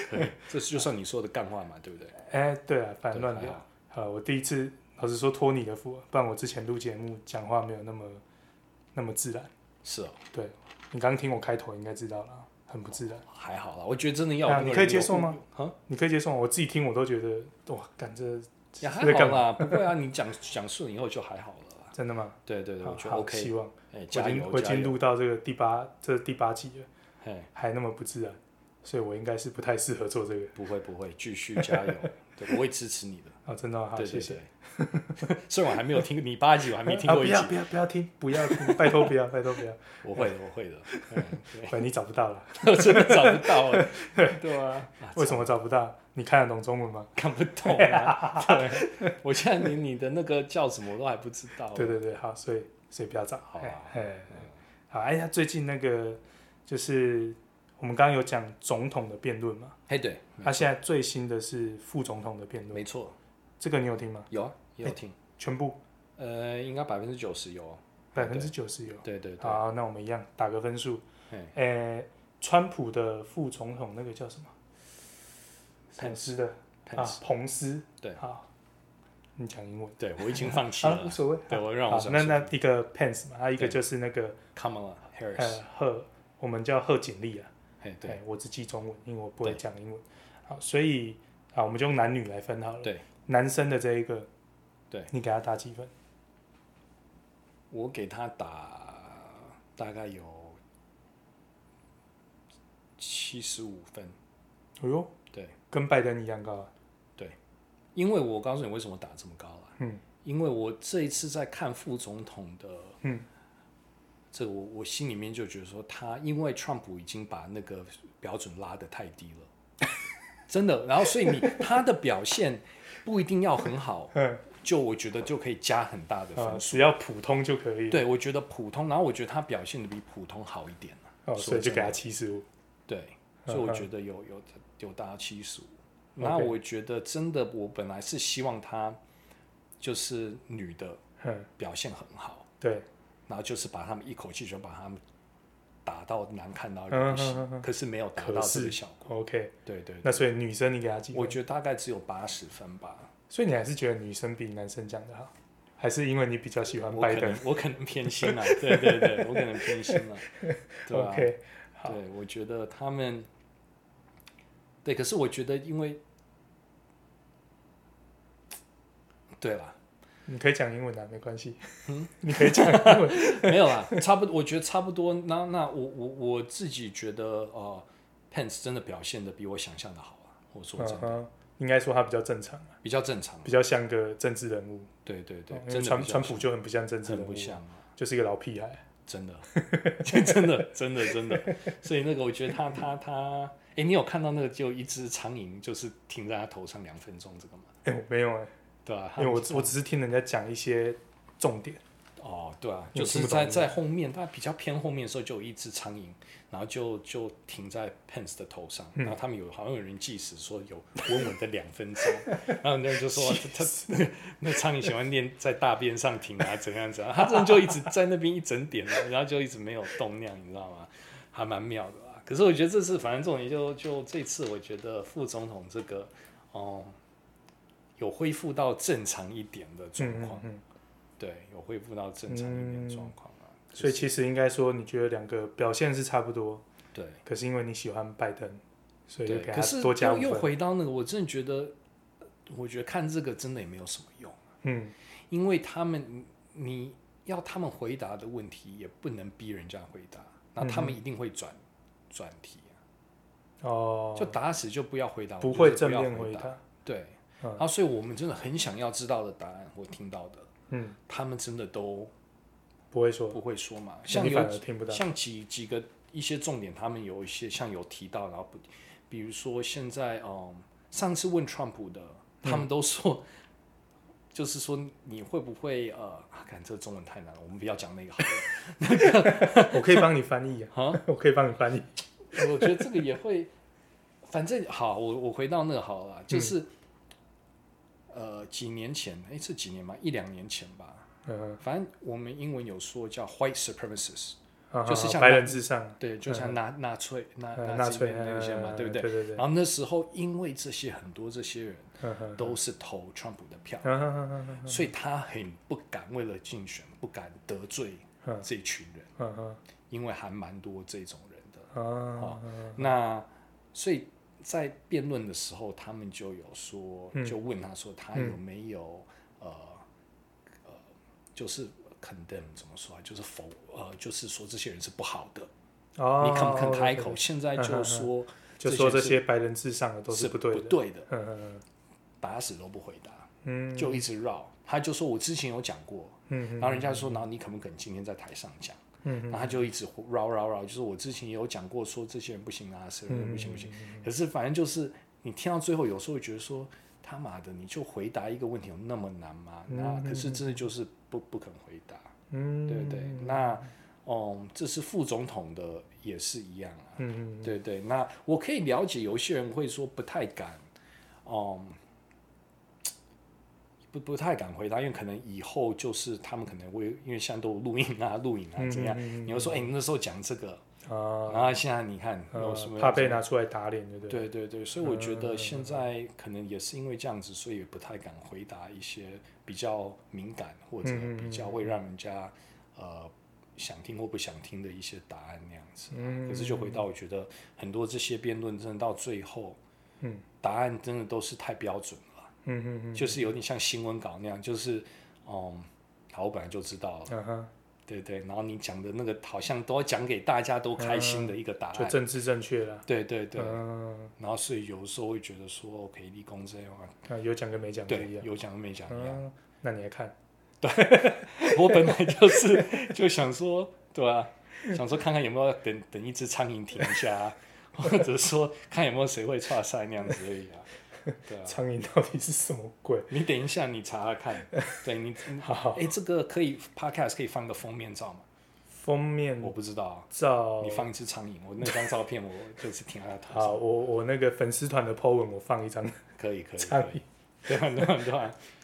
对这就算你说的干话嘛，对不对？哎，对啊，哎反正对乱还聊。好好，我第一次老实说托你的福，不然我之前录节目讲话没有那么那么自然。是哦，对你刚听我开头应该知道了，很不自然。还好啦，我觉得真的要啊有那你个可以人接有受互吗？啊，你可以接受吗？我自己听我都觉得哇，干这也这还在好干嘛？ 啦，不会啊，你讲讲顺以后就还好了啦。真的吗？对对对，好我觉得好 OK。希望哎、我已加经油，我已加经油！录到这个第八这第八集了，嘿，还那么不自然，所以我应该是不太适合做这个不会不会，继续加 油，对，我会支持你的。啊，真的哦好，对谢对谢。对， 虽然我还没有听你八集，我还没听啊过不一要集，不要不要听，不要听，拜托不要，拜托不要，我会的，我会的。嗯对反正你找不到 了。我真的找不 到哎，对啊，啊为什么找不到？你看得懂中文吗？看不懂 啊？对，我现在连你的那个叫什么我都还不知道。对对对，好，所以所以不要找。好啊嘿嘿好，哎呀，最近那个就是我们刚刚有讲总统的辩论嘛，嘿，对，那、现在最新的是副总统的辩论，没错，这个你有听吗？有啊，也有听，全部呃，应该百分之九十有哦。百分之九十有。对对对，好，那我们一样打个分数。嘿，诶、川普的副总统那个叫什么？彭斯的啊 Pence，，彭斯。对好，你讲英文对我已经放弃啊，无了。所谓。对，我让我好，想那说那一个 Pence 嘛，还有一个对就是那个 Kamala Harris，呃贺，我们叫贺锦丽啊。嘿，对哎，我只记中文，因为我不会讲英文。好，所以啊，我们就用男女来分好了。对，男生的这一个，对，你给他打几分？我给他打大概有七十五分，哎呦，对，跟拜登一样高啊。因为我告诉你为什么打这么高了、嗯，因为我这一次在看副总统的，嗯，这个我我心里面就觉得说他，因为川普已经把那个标准拉得太低了， 真的，然后所以你他的表现不一定要很好，嗯，就我觉得就可以加很大哦的分啊，只要普通就可以。，对，我觉得普通，然后我觉得他表现的比普通好一点、哦，所以就说真的给他七十五。对，嗯所以嗯我觉得有有有达七十五。 OK 那我觉得真的，我本来是希望她就是女的嗯，表现很好，对，然后就是把他们一口气就把他们打到难看到一个嗯不行，嗯嗯可是没有达可到这是个效果。 ，OK。对对那对，所以女生你给他几分？我觉得大概只有八十分吧。所以你还是觉得女生比男生讲的好，还是因为你比较喜欢我拜可登能我可能偏心了、啊对对对，我可能偏心 了、对啊吧、 ？OK，好对，我觉得他们，对，可是我觉得因为，对啦，你可以讲英文啊，没关系。你可以讲英文。没有啦，差不多，我觉得差不多。那那我我我自己觉得，呃，Pence 真的表现的比我想象的好啊，我说真嗯的，哼，应该说他比较正常，啊比较正常。啊比较像个政治人物。对对对哦，因为真的川比较川普就很不像政治很人物不，像啊，就是一个老屁孩。真 的，真的，真的，真的。所以那个，我觉得他他他，哎、你有看到那个就一只苍蝇，就是停在他头上两分钟这个吗？哎、我 没有哎、对吧、啊？因为我哦他我只是听人家讲一些重点。哦，对啊，因为就我听不是懂在英文在后面，它比较偏后面的时候，就有一只苍蝇，然后就就停在 Pence 的头上，嗯然后他们有好像有人计时说有稳稳的两分钟， 然后那人就 说他 他那苍蝇喜欢练在大便上停啊，怎样 怎样，他真的就一直在那边一整点，然后就一直没有动那样，你知道吗？还蛮妙的啦。可是我觉得这次反正这种也就就这次，我觉得副总统这个哦、有恢复到正常一点的状嗯况。嗯嗯。对，有恢复到正常一点的状况啊。可嗯是所以其实应该说，你觉得两个表现是差不多，对可是因为你喜欢拜登，所以就对，给可是他多加又五又分。回到那个，我真的觉得，我觉得看这个真的也没有什么用，嗯，因为他们你你要他们回答的问题也不能逼人家回答，那他们一定会转转题啊，哦，就打死就不要回答，不我会就是正不要面回回。答。对，嗯然后所以我们真的很想要知道的答案或听到的，嗯，他们真的都不会说，不会说嘛，像你有反而听不到。像几几个一些重点，他们有一些像有提到，然后不，比如说现在，嗯，上次问川普的，他们都说，就是说你会不会呃，啊，看这中文太难了，我们不要讲那个好了。我可以帮你翻译啊， 我可以帮你翻译。我觉得这个也会，反正好，我我回到那个好了啦，就是，呃，几年前，哎，是几年吗？一两年前吧，嗯，反正我们英文有说叫 white supremacist。啊就是像白人至上，对，就像纳纳粹、纳呃纳纳粹粹那些嘛，呃对不对？对对对然后那时候因为这些很多这些人嗯哼都是投川普的票，嗯哼嗯哼所以他很不敢为了竞选不敢得罪嗯这群人，嗯哼因为还蛮多这种人的。嗯哼好啊嗯那所以在辩论的时候，他们就有说，嗯就问他说他有没有呃呃，就是 condemn 怎么说啊？就是否呃，就是说这些人是不好的。哦，你肯不肯开对口？对现在就说就说这这些白人至上的嗯都是不对不的。对的，嗯嗯打死都不回答，嗯就一直绕。他就说我之前有讲过，嗯然后人家说，然啊后你肯不肯今天在台上讲？嗯然后他就一直绕绕绕，就是我之前也有讲过，说这些人不行啊，谁人不行不行。嗯可是反正就是你听到最后，有时候会觉得说他妈的，你就回答一个问题有那么难吗？那可是真的就是不不肯回答，嗯，对不对？那嗯，这是副总统的也是一样啊。嗯对对，那我可以了解有些人会说不太敢，嗯，不不太敢回答，因为可能以后就是他们可能会因为现在都有录音啊、录影啊嗯怎样，嗯你会说哎、你那时候讲这个，啊，然后现在你看有呃什么怕被拿出来打脸，对嗯不对？对对对，所以我觉得现在可能也是因为这样子，所以也不太敢回答一些比较敏感或者嗯嗯嗯比较会让人家呃想听或不想听的一些答案那样子。嗯可是就回到我觉得很多这些辩论真的到最后，嗯，答案真的都是太标准了啦，嗯嗯嗯，就是有点像新闻稿那样，就是嗯，好，我本来就知道了，嗯哼，对对，然后你讲的那个好像都要讲给大家都开心的一个答嗯就案，政治正确了。对对对。嗯，然后所以有时候会觉得说，OK，立功这样啊，啊有讲跟没讲不一对，样。有讲跟没讲一样。嗯，那你来看， 我本来就是就想说，对吧、想说看看有没有等等一只苍蝇停一下、啊， 或者说看有没有谁会岔赛那样子而已啊。对啊，苍蝇到底是什么鬼？你等一下，你查查看。对你，好哎，这个可以 podcast 可以放个封面照吗？封面我不知道啊，照你放一只苍蝇，我那张照片我就是停在他头好，上。我我那个粉丝团的 po 文，我放一张可以可以苍可以蝇，对啊对啊对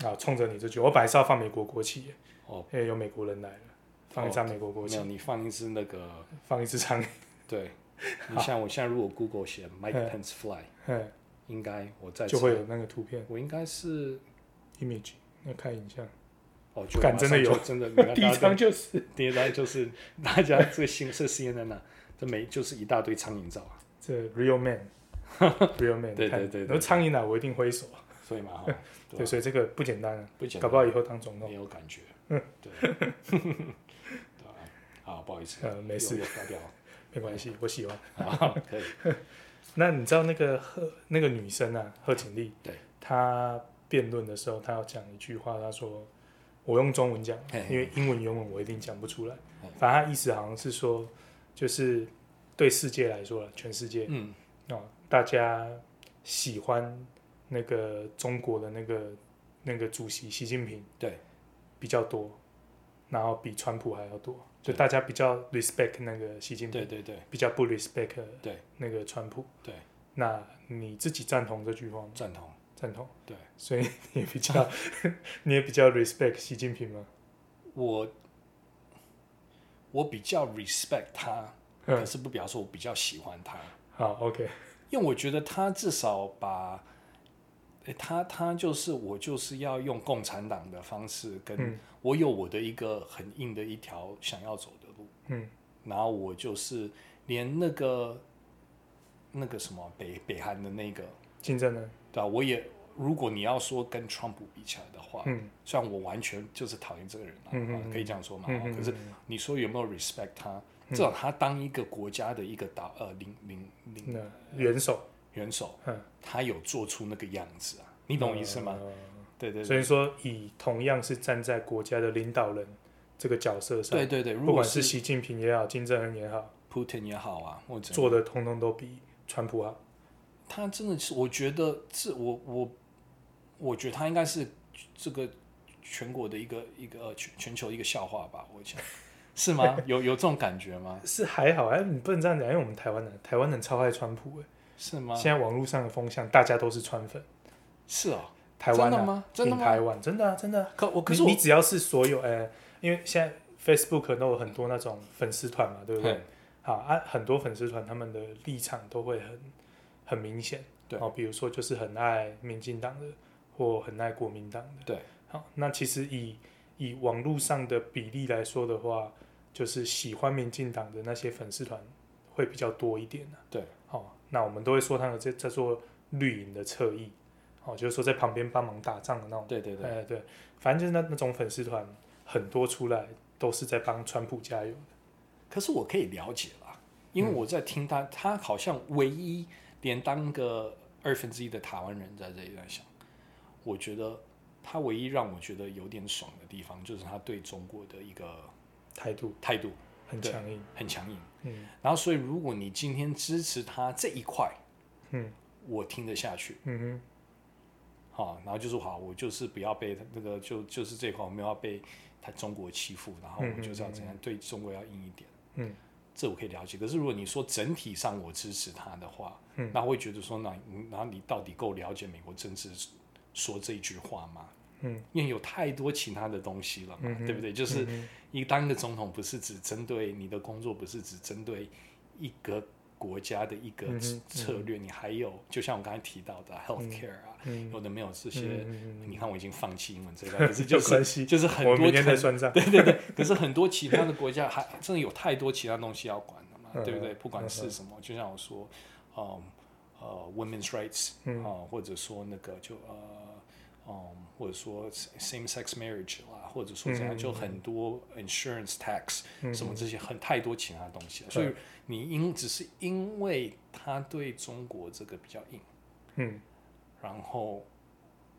啊。啊，冲着你这句，我本来是要放美国国旗耶， 哦，因为有美国人来了，放一张美国国没旗，有，你放一只那个，放一只苍蝇， 对，你像我现在如果 Google 写 Mike 嗯 Pence fly，嗯，应该我在就会有那个图片我应该是 image，那看影像，哦，就敢马真上的有就真 的，你看第一大家张都就是，第一张就是大家这个新这 CNN 啊，这每就是一大堆苍蝇照啊， 这 real man，real man，对对看对对然后苍蝇来我一定挥手，啊会嘛哈，对，所以这个不简单啊，不简搞单，不好嗯以后当总统没，有感觉，对， 对吧？好，不好意思，呃，没事，又，又挂掉了，没关系，我喜欢。好，可以，那你知道那个贺那个女生啊，贺锦丽，对，她辩论的时候，她要讲一句话，她说：“我用中文讲嘿，嘿因为英文原文我一定讲不出来嘿。反正她意思好像是说，就是对世界来说了，全世界嗯，哦，大家喜欢那个中国的那个那个主席习近平，对，比较多，然后比川普还要多，就对大家比较 respect 那个习近平对，对对，比较不 respect 对那个川普。对，那你自己赞同这句话吗？赞同，赞同。对，所以你也比较 你也比较 respect 习近平吗？我我比较 respect 他，可嗯，是不表示我比较喜欢他，好，OK，因为我觉得他至少把，诶他他就是我就是要用共产党的方式跟，嗯我有我的一个很硬的一条想要走的路，嗯，然后我就是连那个那个什么北北韩的那个，竞争呢？对吧、啊我也如果你要说跟 Trump 比起来的话，嗯虽然我完全就是讨厌这个人啊，嗯嗯嗯可以这样说嘛，啊嗯嗯，可是嗯你说有没有 respect 他？至少他当一个国家的一个导呃领领领嗯那元首，元首，嗯，他有做出那个样子啊，你懂我意思吗？呃？对对所对以说，以同样是站在国家的领导人这个角色上，对对对，如不果管是习近平也好，金正恩也好， Putin 也好啊，或者做的通通都比川普啊好。他真的是，我觉得是我我我觉得他应该是这个全国的一个一个呃全全球一个笑话吧，我想是 吗？有有这种感觉吗？是还好，哎，你不能这样讲，因为我们台湾人，台湾人超爱川普，哎是吗？现在网络上的风向，大家都是川粉。是哦，台湾、啊、真的吗真的吗挺台湾，真的啊，真的啊、可我可你是我你只要是所有，呃，因为现在 Facebook 都有很多那种粉丝团嘛，对不对？嗯好啊，很多粉丝团他们的立场都会很很明显，对哦，比如说就是很爱民进党的，或很爱国民党的，对，好，那其实以以网络上的比例来说的话，就是喜欢民进党的那些粉丝团会比较多一点啊对，哦，那我们都会说他们这叫做绿营的侧翼，哦，就是说在旁边帮忙打仗的那种，对对对，哎对，反正就是那那种粉丝团很多出来都是在帮川普加油的，可是我可以了解啦，因嗯为我在听他，他好像唯一连当个二分之一的台湾人在这里在想，我觉得他唯一让我觉得有点爽的地方，就是他对中国的一个态度态度很对强硬，很强硬。嗯然后，所以如果你今天支持他这一块，嗯我听得下去，嗯哼。哈、然后就是好，我就是不要被那个就就是这一块，我们要被他中国欺负，然后嗯我就是要嗯嗯怎样对中国要硬一点，嗯，这我可以了解。可是如果你说整体上我支持他的话，嗯那会觉得说，那你然后你到底够了解美国政治说这一句话吗？嗯，因为有太多其他的东西了嘛，嗯哼对不对？就是嗯一当一个总统不是只针对你的工作，不是只针对一个国家的一个嗯哼嗯策哼策略，你还有就像我刚才提到的 healthcare 啊，嗯，有的没有这些。嗯嗯你嗯看我已经放弃英文这一块，可是就有 关是系就是嗯很我多们明天再很算账。对 对对，可是很多其他的国家还真的有太多其他东西要管的嘛，嗯对不对？嗯不管是什么，就像我说，嗯呃，women's rights 啊、嗯或者说那个就呃。嗯，或者说 same sex marriage 啦，或者说这样，嗯就很多 insurance tax 嗯什么这些很太多其他东西了，对所以你因只是因为他对中国这个比较硬，嗯然后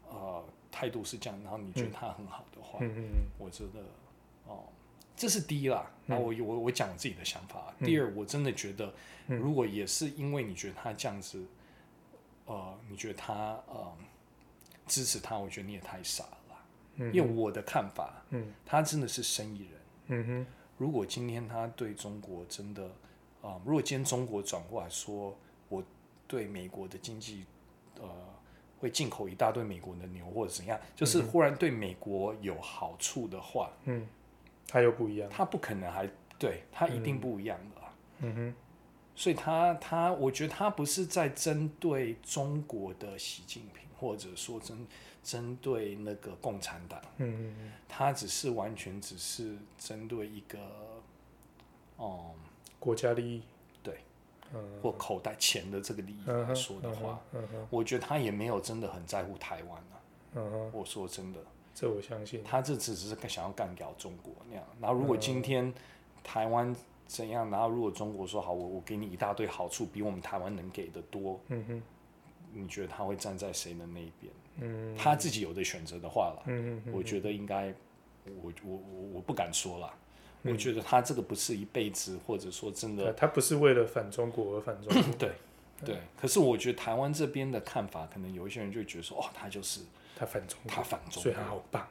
呃态度是这样，然后你觉得他很好的话嗯，嗯我觉得哦，这是第一啦。那我我我讲我自己的想法。第二，我真的觉得，嗯如果也是因为你觉得他这样子，呃，你觉得他呃支持他，我觉得你也太傻了啦。嗯，因为我的看法，嗯他真的是生意人。嗯哼如果今天他对中国真的，啊、如果今天中国转过来说，我对美国的经济，呃，会进口一大堆美国的牛或者怎样，就是忽然对美国有好处的话，嗯，他又不一样。他不可能还对他一定不一样的啊、嗯哼所以他他，我觉得他不是在针对中国的习近平，或者说针针对那个共产党，嗯嗯他只是完全只是针对一个，哦、嗯，国家利益。对，嗯或口袋钱的这个利益嗯来哼说的话，，嗯哼我觉得他也没有真的很在乎台湾啊。嗯哼，我说真的，这我相信，他这只是想要干掉中国那样。然后如果今天台湾怎样，然后如果中国说好，我我给你一大堆好处，比我们台湾能给的多，嗯哼，你觉得他会站在谁的那一边？嗯，他自己有的选择的话啦，嗯嗯我觉得应该，我我我我不敢说啦。我觉得他这个不是一辈子，或者说真的嗯，他不是为了反中国而反中国，对对。可是我觉得台湾这边的看法，可能有一些人就觉得说，哦，他就是他反中他国，反中所以他国。好棒。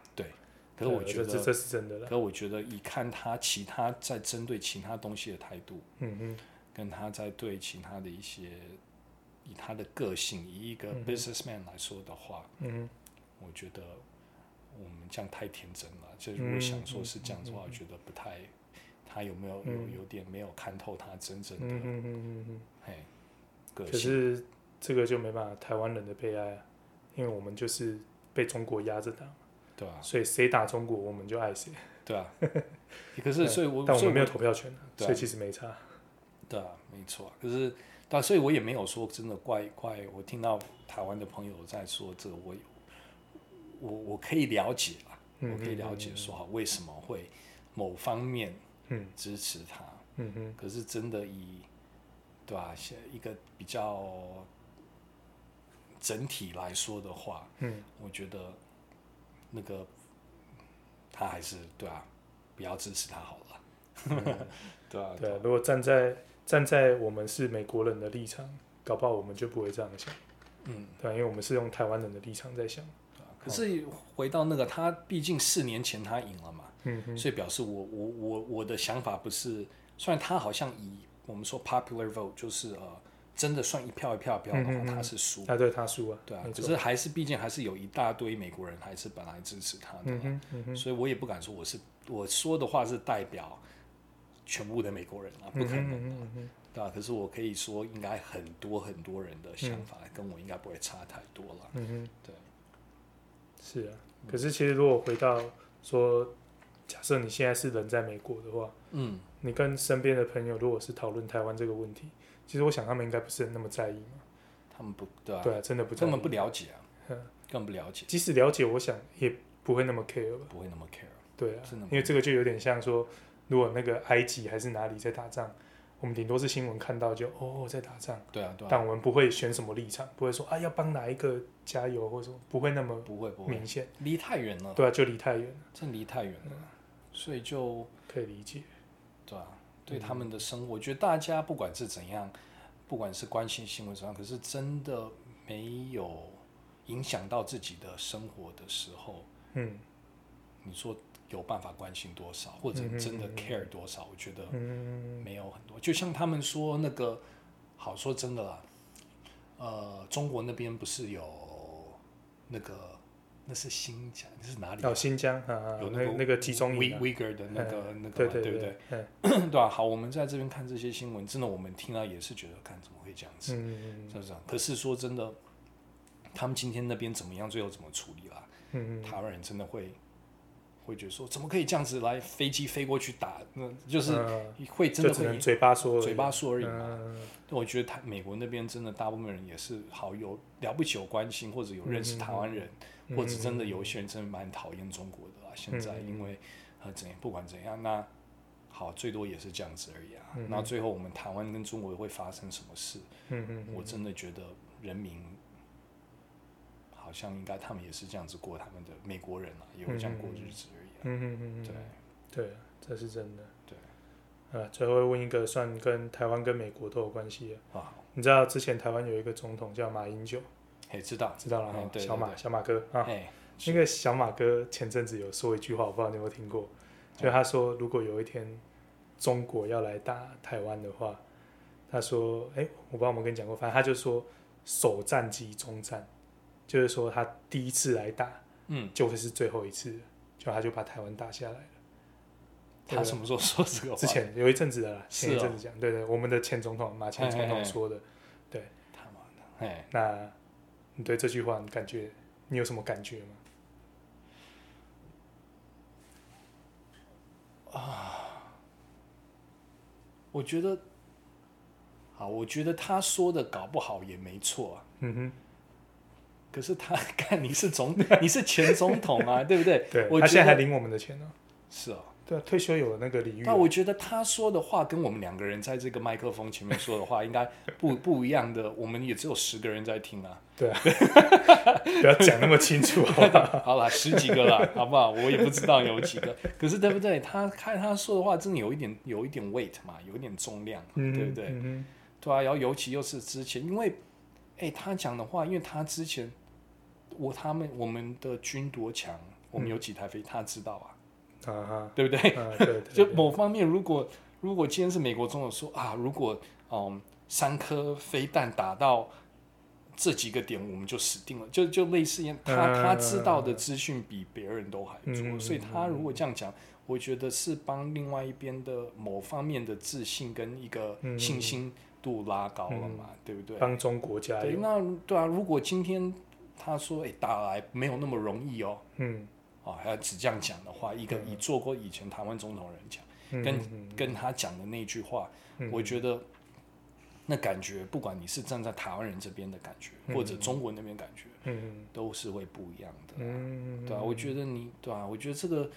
可是我对觉这这得，这是真的了，可我觉得一看他其他在针对其他东西的态度，嗯哼，跟他在对其他的一些，以他的个性，以一个嗯哼 businessman 来说的话，嗯哼。我觉得我们这样太天真了。就如果想说是这样子的话，嗯嗯嗯嗯我觉得不太，他有没有有嗯有点没有看透他真正嗯的嗯嗯嗯嘿嗯，个可性。是这个就没办法，台湾人的悲哀啊，因为我们就是被中国压着打嘛，对啊，所以谁打中国我们就爱谁，对 啊。可是，所以我但我所以们没有投票权啊，对啊所以其实没差。对啊，没错啊。可是，但所以我也没有说真的怪怪。我听到台湾的朋友在说这个，我我我可以了解啊，嗯我可以了解说好为什么会某方面嗯支持他。嗯哼，可是真的以对吧、现一个比较整体来说的话，嗯，我觉得那个他还是对啊，不要支持他好了。 对啊，嗯对啊，如果站在站在我们是美国人的立场，搞不好我们就不会这样想，嗯。对啊，因为我们是用台湾人的立场在想。可是回到那个，他毕竟四年前他赢了嘛，嗯哼，所以表示我我我我的想法不是，虽然他好像以我们说 popular vote 就是呃真的算一票一票一票的嗯话，嗯嗯他是输，啊，对他输啊，对啊没，可错。是还是毕竟还是有一大堆美国人还是本来支持他的嗯嘛，哼，嗯哼，所以我也不敢说我是我说的话是代表全部的美国人啊，不可能，嗯哼嗯哼嗯对啊，可是我可以说应该很多很多人的想嗯法跟我应该不会差太多了，哼嗯哼。对，嗯是啊，可是其实如果回到说，假设你现在是人在美国的话，嗯，你跟身边的朋友如果是讨论台湾这个问题，其实我想他们应该不是那么在意嘛。他们不对啊，对啊，真的不在根本意。不了解啊，嗯根本不了解，即使了解，我想也不会那么 care 吧。不会那么 care。对啊真的，吗因为这个就有点像说，如果那个埃及还是哪里在打仗，我们顶多是新闻看到就哦在打仗，对啊，对啊，但我们不会选什么立场，不会说啊要帮哪一个加油或者什么，不会那么不会不嗯会，明显。离太远了，对啊，嗯就离太远了，真离太远了，所以就可以理解。对啊，对他们的生嗯活，我觉得大家不管是怎样，不管是关心新闻怎样，可是真的没有影响到自己的生活的时候，嗯你说有办法关心多少，或者嗯哼真的嗯哼 care 多少？我觉得嗯。没有很多。就像他们说那个，好说真的啦，呃，中国那边不是有那个那是新疆，那是哪里啊？哦，新疆啊，有那个那个集中营、维啊，维格尔的那个那个对嘛，对对不对？ 对，嗯对吧、好，我们在这边看这些新闻，真的我们听到也是觉得，看怎么会这样子，嗯是不是啊？可是说真的，他们今天那边怎么样，最后怎么处理啦、嗯台湾人真的会会觉得说，怎么可以这样子来飞机飞过去打？那就是嗯，会真就的只能会嘴巴说而已，啊嘴巴说而已嘛。嗯我觉得台美国那边真的大部分人也是好有了不起有关心，或者有认识台湾人，嗯或者真的有一些人真的蛮讨厌中国的啦。现在因为呃怎样不管怎样，那好最多也是这样子而已啊。嗯嗯那最后我们台湾跟中国会发生什么事？嗯嗯嗯，我真的觉得人民好像应该他们也是这样子过他们的美国人啊，也会这样过日子而已、啊。嗯嗯嗯嗯，对，对，这是真的。对啊，最后会问一个算跟台湾跟美国都有关系的。啊，你知道之前台湾有一个总统叫马英九，也知道，知道了嗯哈？对小对马对小马哥啊，哎，那个小马哥前阵子有说一句话，我不知道你有没有听过，就是他说如果有一天中国要来打台湾的话，他说，哎、我不知道我们跟你讲过，反正他就说首战即终战，就是说他第一次来打嗯，就会是最后一次，就他就把台湾打下来了。他什么时候说这个话？之前有一阵子的啦，是前一哦阵子讲，对对，我们的前总统马前总嘿嘿统嘿说的。他妈的，哎，那你对这句话，你感觉你有什么感觉吗？我觉得啊，我觉得他说的搞不好也没错啊。嗯哼，可是他 看你是总，啊你是前总统 啊，对不对？对，我他觉现在还得领我们的钱呢、是哦。对啊，退休有那个礼遇但我觉得他说的话跟我们两个人在这个麦克风前面说的话应该不 不一样的。我们也只有十个人在听啊， 不要讲那么清楚哦好不好好啦，十几个 啦，好不好？我也不知道有几个，可是对不对？他看他说的话真的有一点有一点 weight 嘛，有一点重量嘛，嗯，对不对？嗯哼对啊，然后尤其又是之前，因为，哎、他讲的话，因为他之前我他们我们的军多强，我们有几台飞，他知道啊，啊哈，对不对？啊对对，就对某方面，如果如果今天是美国总统说啊，如果嗯三颗飞弹打到这几个点，我们就死定了，就就类似一样，他、他知道的资讯比别人都还多，嗯嗯嗯嗯所以他如果这样讲，我觉得是帮另外一边的某方面的自信跟一个嗯嗯嗯嗯信心度拉高了嘛，对不对？帮中国加对，油，那对啊，如果今天他说哎、打来没有那么容易哦，嗯，啊，还要只这样讲的话，一个以做过以前台湾总统人讲。嗯跟嗯跟他讲的那句话，嗯我觉得那感觉，不管你是站在台湾人这边的感觉，嗯或者中国那边感觉，嗯都是会不一样的。嗯，对啊，我觉得你对啊，我觉得这个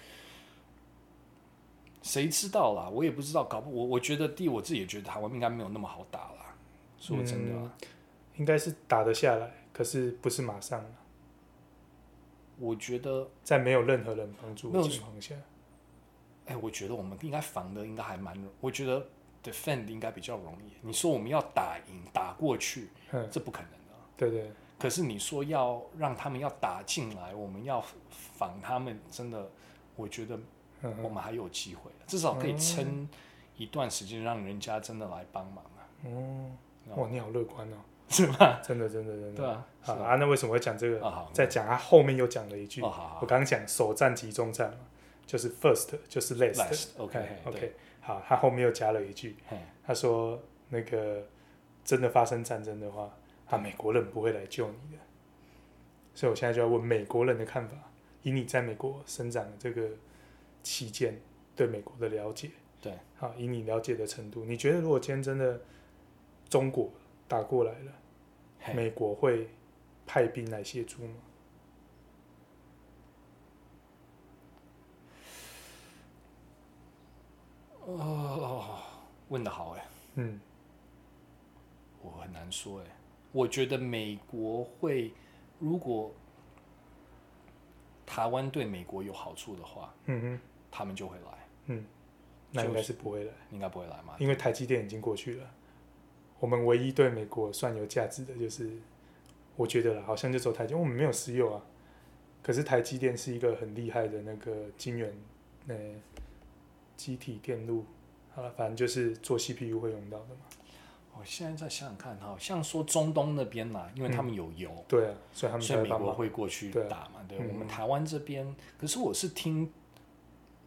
谁知道啦？我也不知道，搞不我我觉得第一我自己也觉得台湾应该没有那么好打啦。说真的啊、嗯应该是打得下来，可是不是马上，啊我觉得在没有任何人帮助的没有情况下，哎、我觉得我们应该防的应该还蛮，我觉得 defend 应该比较容易。你说我们要打赢打过去，嗯，这不可能的啊。对对，可是你说要让他们要打进来，我们要防他们，真的，我觉得嗯我哼们还有机会，至少可以撑一段时间，让人家真的来帮忙啊，哦，你知道哇，吗你好乐观哦，是吧？真的真的真啊对的，啊，是好吧啊，那为什么会讲这啊个？好，再讲他后面又讲了一句哦，好我好刚刚讲首战集中战嘛，就是 first 就是 last， ，last，OK OK，哎 OK，好，他后面又加了一句，嘿他说那个真的发生战争的话，啊，美国人不会来救你的。所以我现在就要问美国人的看法，以你在美国生长的这个期间对美国的了解，对，好，以你了解的程度，你觉得如果今天真的中国打过来了，嘿美国会派兵来协助吗？哦，问的好哎，嗯我很难说哎，我觉得美国会如果台湾对美国有好处的话，嗯哼，他们就会来，那应该是不会来，应该不会来嘛？因为台积电已经过去了。我们唯一对美国算有价值的就是，我觉得啦，好像就走台积，因为我们没有石油啊。可是台积电是一个很厉害的那个晶圆，呃，机体电路，好了，反正就是做 CPU 会用到的嘛。我现在在想想看，好像说中东那边啦，因为他们有油，对啊，所以嗯他们所才会以美帮国忙。会过去对啊打嘛。对，嗯我们台湾这边，可是我是听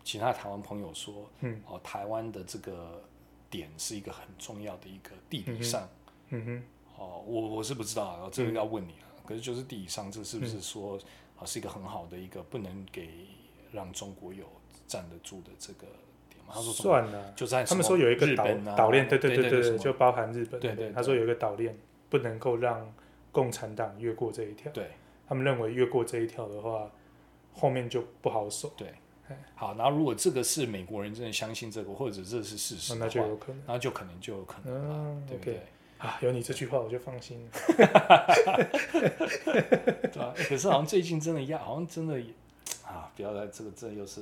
其他台湾朋友说，嗯哦，台湾的这个点是一个很重要的一个地嗯理哼上，嗯哼，哦，我我是不知道啊，这个要问你啊。可是就是地理上，这是不嗯是说啊是一个很好的一个不能给让中国有站得住的这个点嘛？他说什么？算了，就在他们什么说有一日个岛本啊岛链，对对对对，对什么就包含日本。对对对他说有一个岛链不能够让共产党越过这一条。对。他们认为越过这一条的话，后面就不好守，哎好，然后如果这个是美国人真的相信这个，或者这是事实那哦那的就话，有可能那就可能就有可能了，嗯对不对？啊。有你这句话，我就放心了。对啊，可是好像最近真的压，好像真的也啊，不要再这个，这又是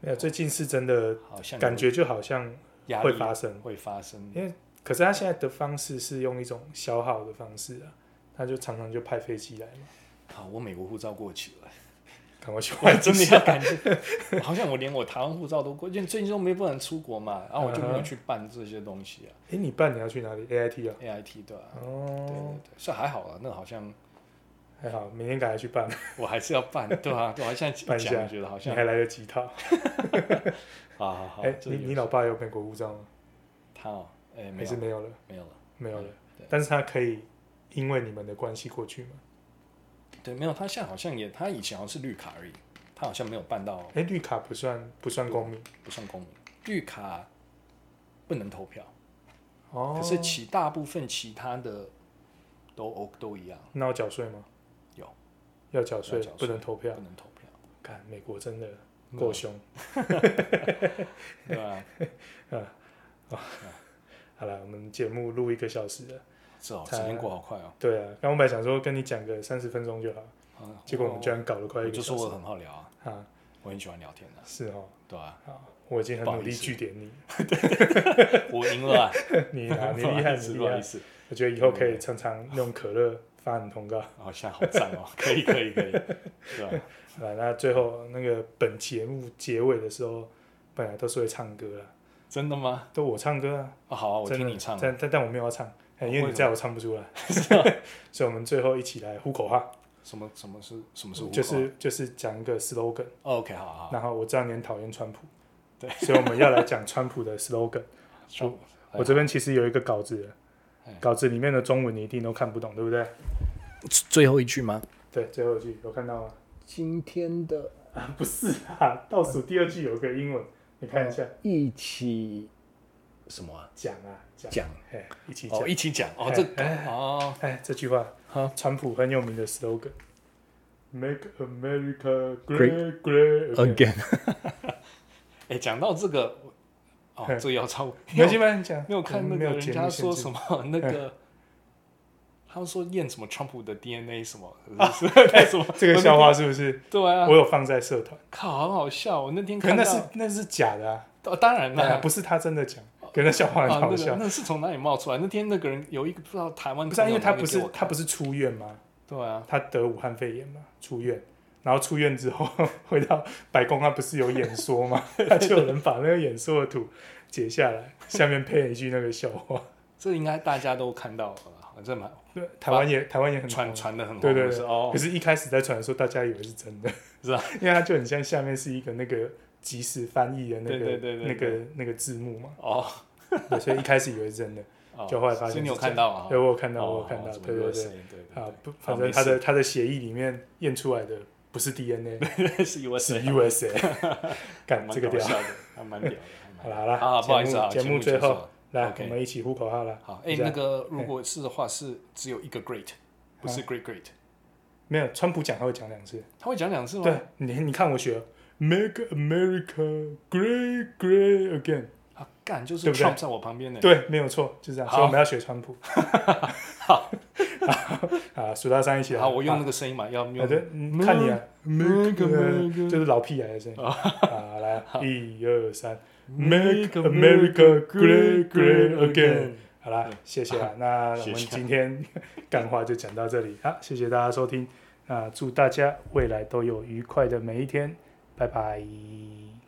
没有，最近是真的好像有感觉就好像压会力发哎生，会发生，可是他现在的方式是用一种消耗的方式啊，他就常常就派飞机来嘛，好，我美国护照过 期了，赶快去我换一真的下。要感觉，好像我连我台湾护照都过，因为最近都没不能出国嘛，然后我就没有去办这些东西啊哎，你办你要去哪里？AIT 啊？ ，AIT 对吧、啊？对对哦，对，是还好了，那好像还好，明天赶快去办，我还是要办，对吧、啊？对、啊，现在办一下讲觉得好你像还来得及套。好好好，哎，这你有你老爸有美国护照吗？他哦，哎、没还是有没有了？没有了，嗯没有了对。但是他可以因为你们的关系过去嘛？对，没有，他现在好像也，他以前好像是绿卡而已，他好像没有办到，哎，绿卡不算不算公民不算公民，绿卡不能投票。哦，可是其大部分其他的都 O 都一样，那要缴税吗？有，要缴要税缴，不税嗯能投票不。能投票，看美国真的够凶。对啊吧？好了，我们节目录一个小时了。是哦，时才间过好快哦。对啊，刚刚我本来想说跟你讲个三十分钟就好，啊结果我们居然搞了快我一就个说小我时很好聊啊，啊！我很喜欢聊天的、是哦，对啊 吧、好，我已经很不好努力意思据点你，我赢了、啊， 你 啊，你不好厉害，意你思厉不好害意。思，我觉得以后可以常常用可乐发很通告。哦，现在好赞哦，可以可以可以，对吧、 啊，那最后那个本节目结尾的时候，本来都是会唱歌啦，真的吗？都我唱歌啊，啊，好啊，我真听的你唱，但但但我没有要唱，哎因为你为什在我唱不出来，所以我们最后一起来呼口号，什么什么是什么是虎口？就是就是讲一个 slogan，哦 OK，好好好，然后我知道你很讨厌川普，对，所以我们要来讲川普的 slogan。说我这边其实有一个稿子了哎，稿子里面的中文你一定都看不懂，对不对？最后一句吗？对，最后一句有看到吗？今天的啊，不是啊，倒数第二句有个英文，你看一下，哦一起什么、啊？讲啊讲，讲哎，一起讲哦，。一起讲哦，这哦，哎，这句话好，川普很有名的 slogan。Make America Great Great Great Again。 哎，讲到这个，哦，嘿这个要超，哎没关系，慢慢讲。没有看那没有个人节家目限说制什么那哎个，他说验什么川普的 DNA 什么，是 什么这个笑话是不是？对啊啊我，有放在社团，靠，好好笑，我那天可是看那到是那是假的啊，哦，当然那啦。不是他真的讲，可是那笑话啊很，好那笑个。那是从哪里冒出来？那天那个人有一个不知道台湾不是啊，因为他朋友不拿给是我他看不是出院吗？对啊，他得武汉肺炎嘛，出院。然后出院之后 回到白宫，他不是有演说 吗？他就有人把那个演说的图截下来，下面配了一句那个笑话。这应该大家都看到了啦，反正蛮对台湾也台湾也很传红啊传的很红，对对就对是哦可，是，一开始在传的时候，大家以为是真的，是啊， 因为它就很像下面是一个那个即时翻译的那个对对对对那对个那个字幕嘛， 哦，对所以一开始以为是真的，哦就后来发现所以你有是这看样到啊？哦对我有看看到，我有看到，对对对，对对对啊，不，好反正没它的事它的协议里面验出来的不是 DNA，对，是 USA，是 USA，干蛮这个搞屌，笑的，还蛮屌的。还好 蛮啦好啦，啊，不好意思啊，节目节目最结束后了来 OK 我们一起呼口号啦，好，哎，这样那个如果是的话，是只有一个 great，不是 great 嗯 great，没有，川普讲他会讲两次，他会讲两次吗？对，你你看我学。Make America Great Great Again，啊，干就是对不对 Trump 在我旁边呢。对，没有错，就这样。好所以我们要学川 普。 好，啊，数到三一起来。好，我用那啊个声音嘛，要用好的，嗯看你啊，呃 Make 哦 America- 就是老屁孩的声音。好， 来，一二三 Make ，Make America America Great Great Great Great Again Again。好啦嗯，谢谢啊。那我谢们谢今天干话就讲到这里，好，谢谢大家收听。那祝大家未来都有愉快的每一天，拜拜。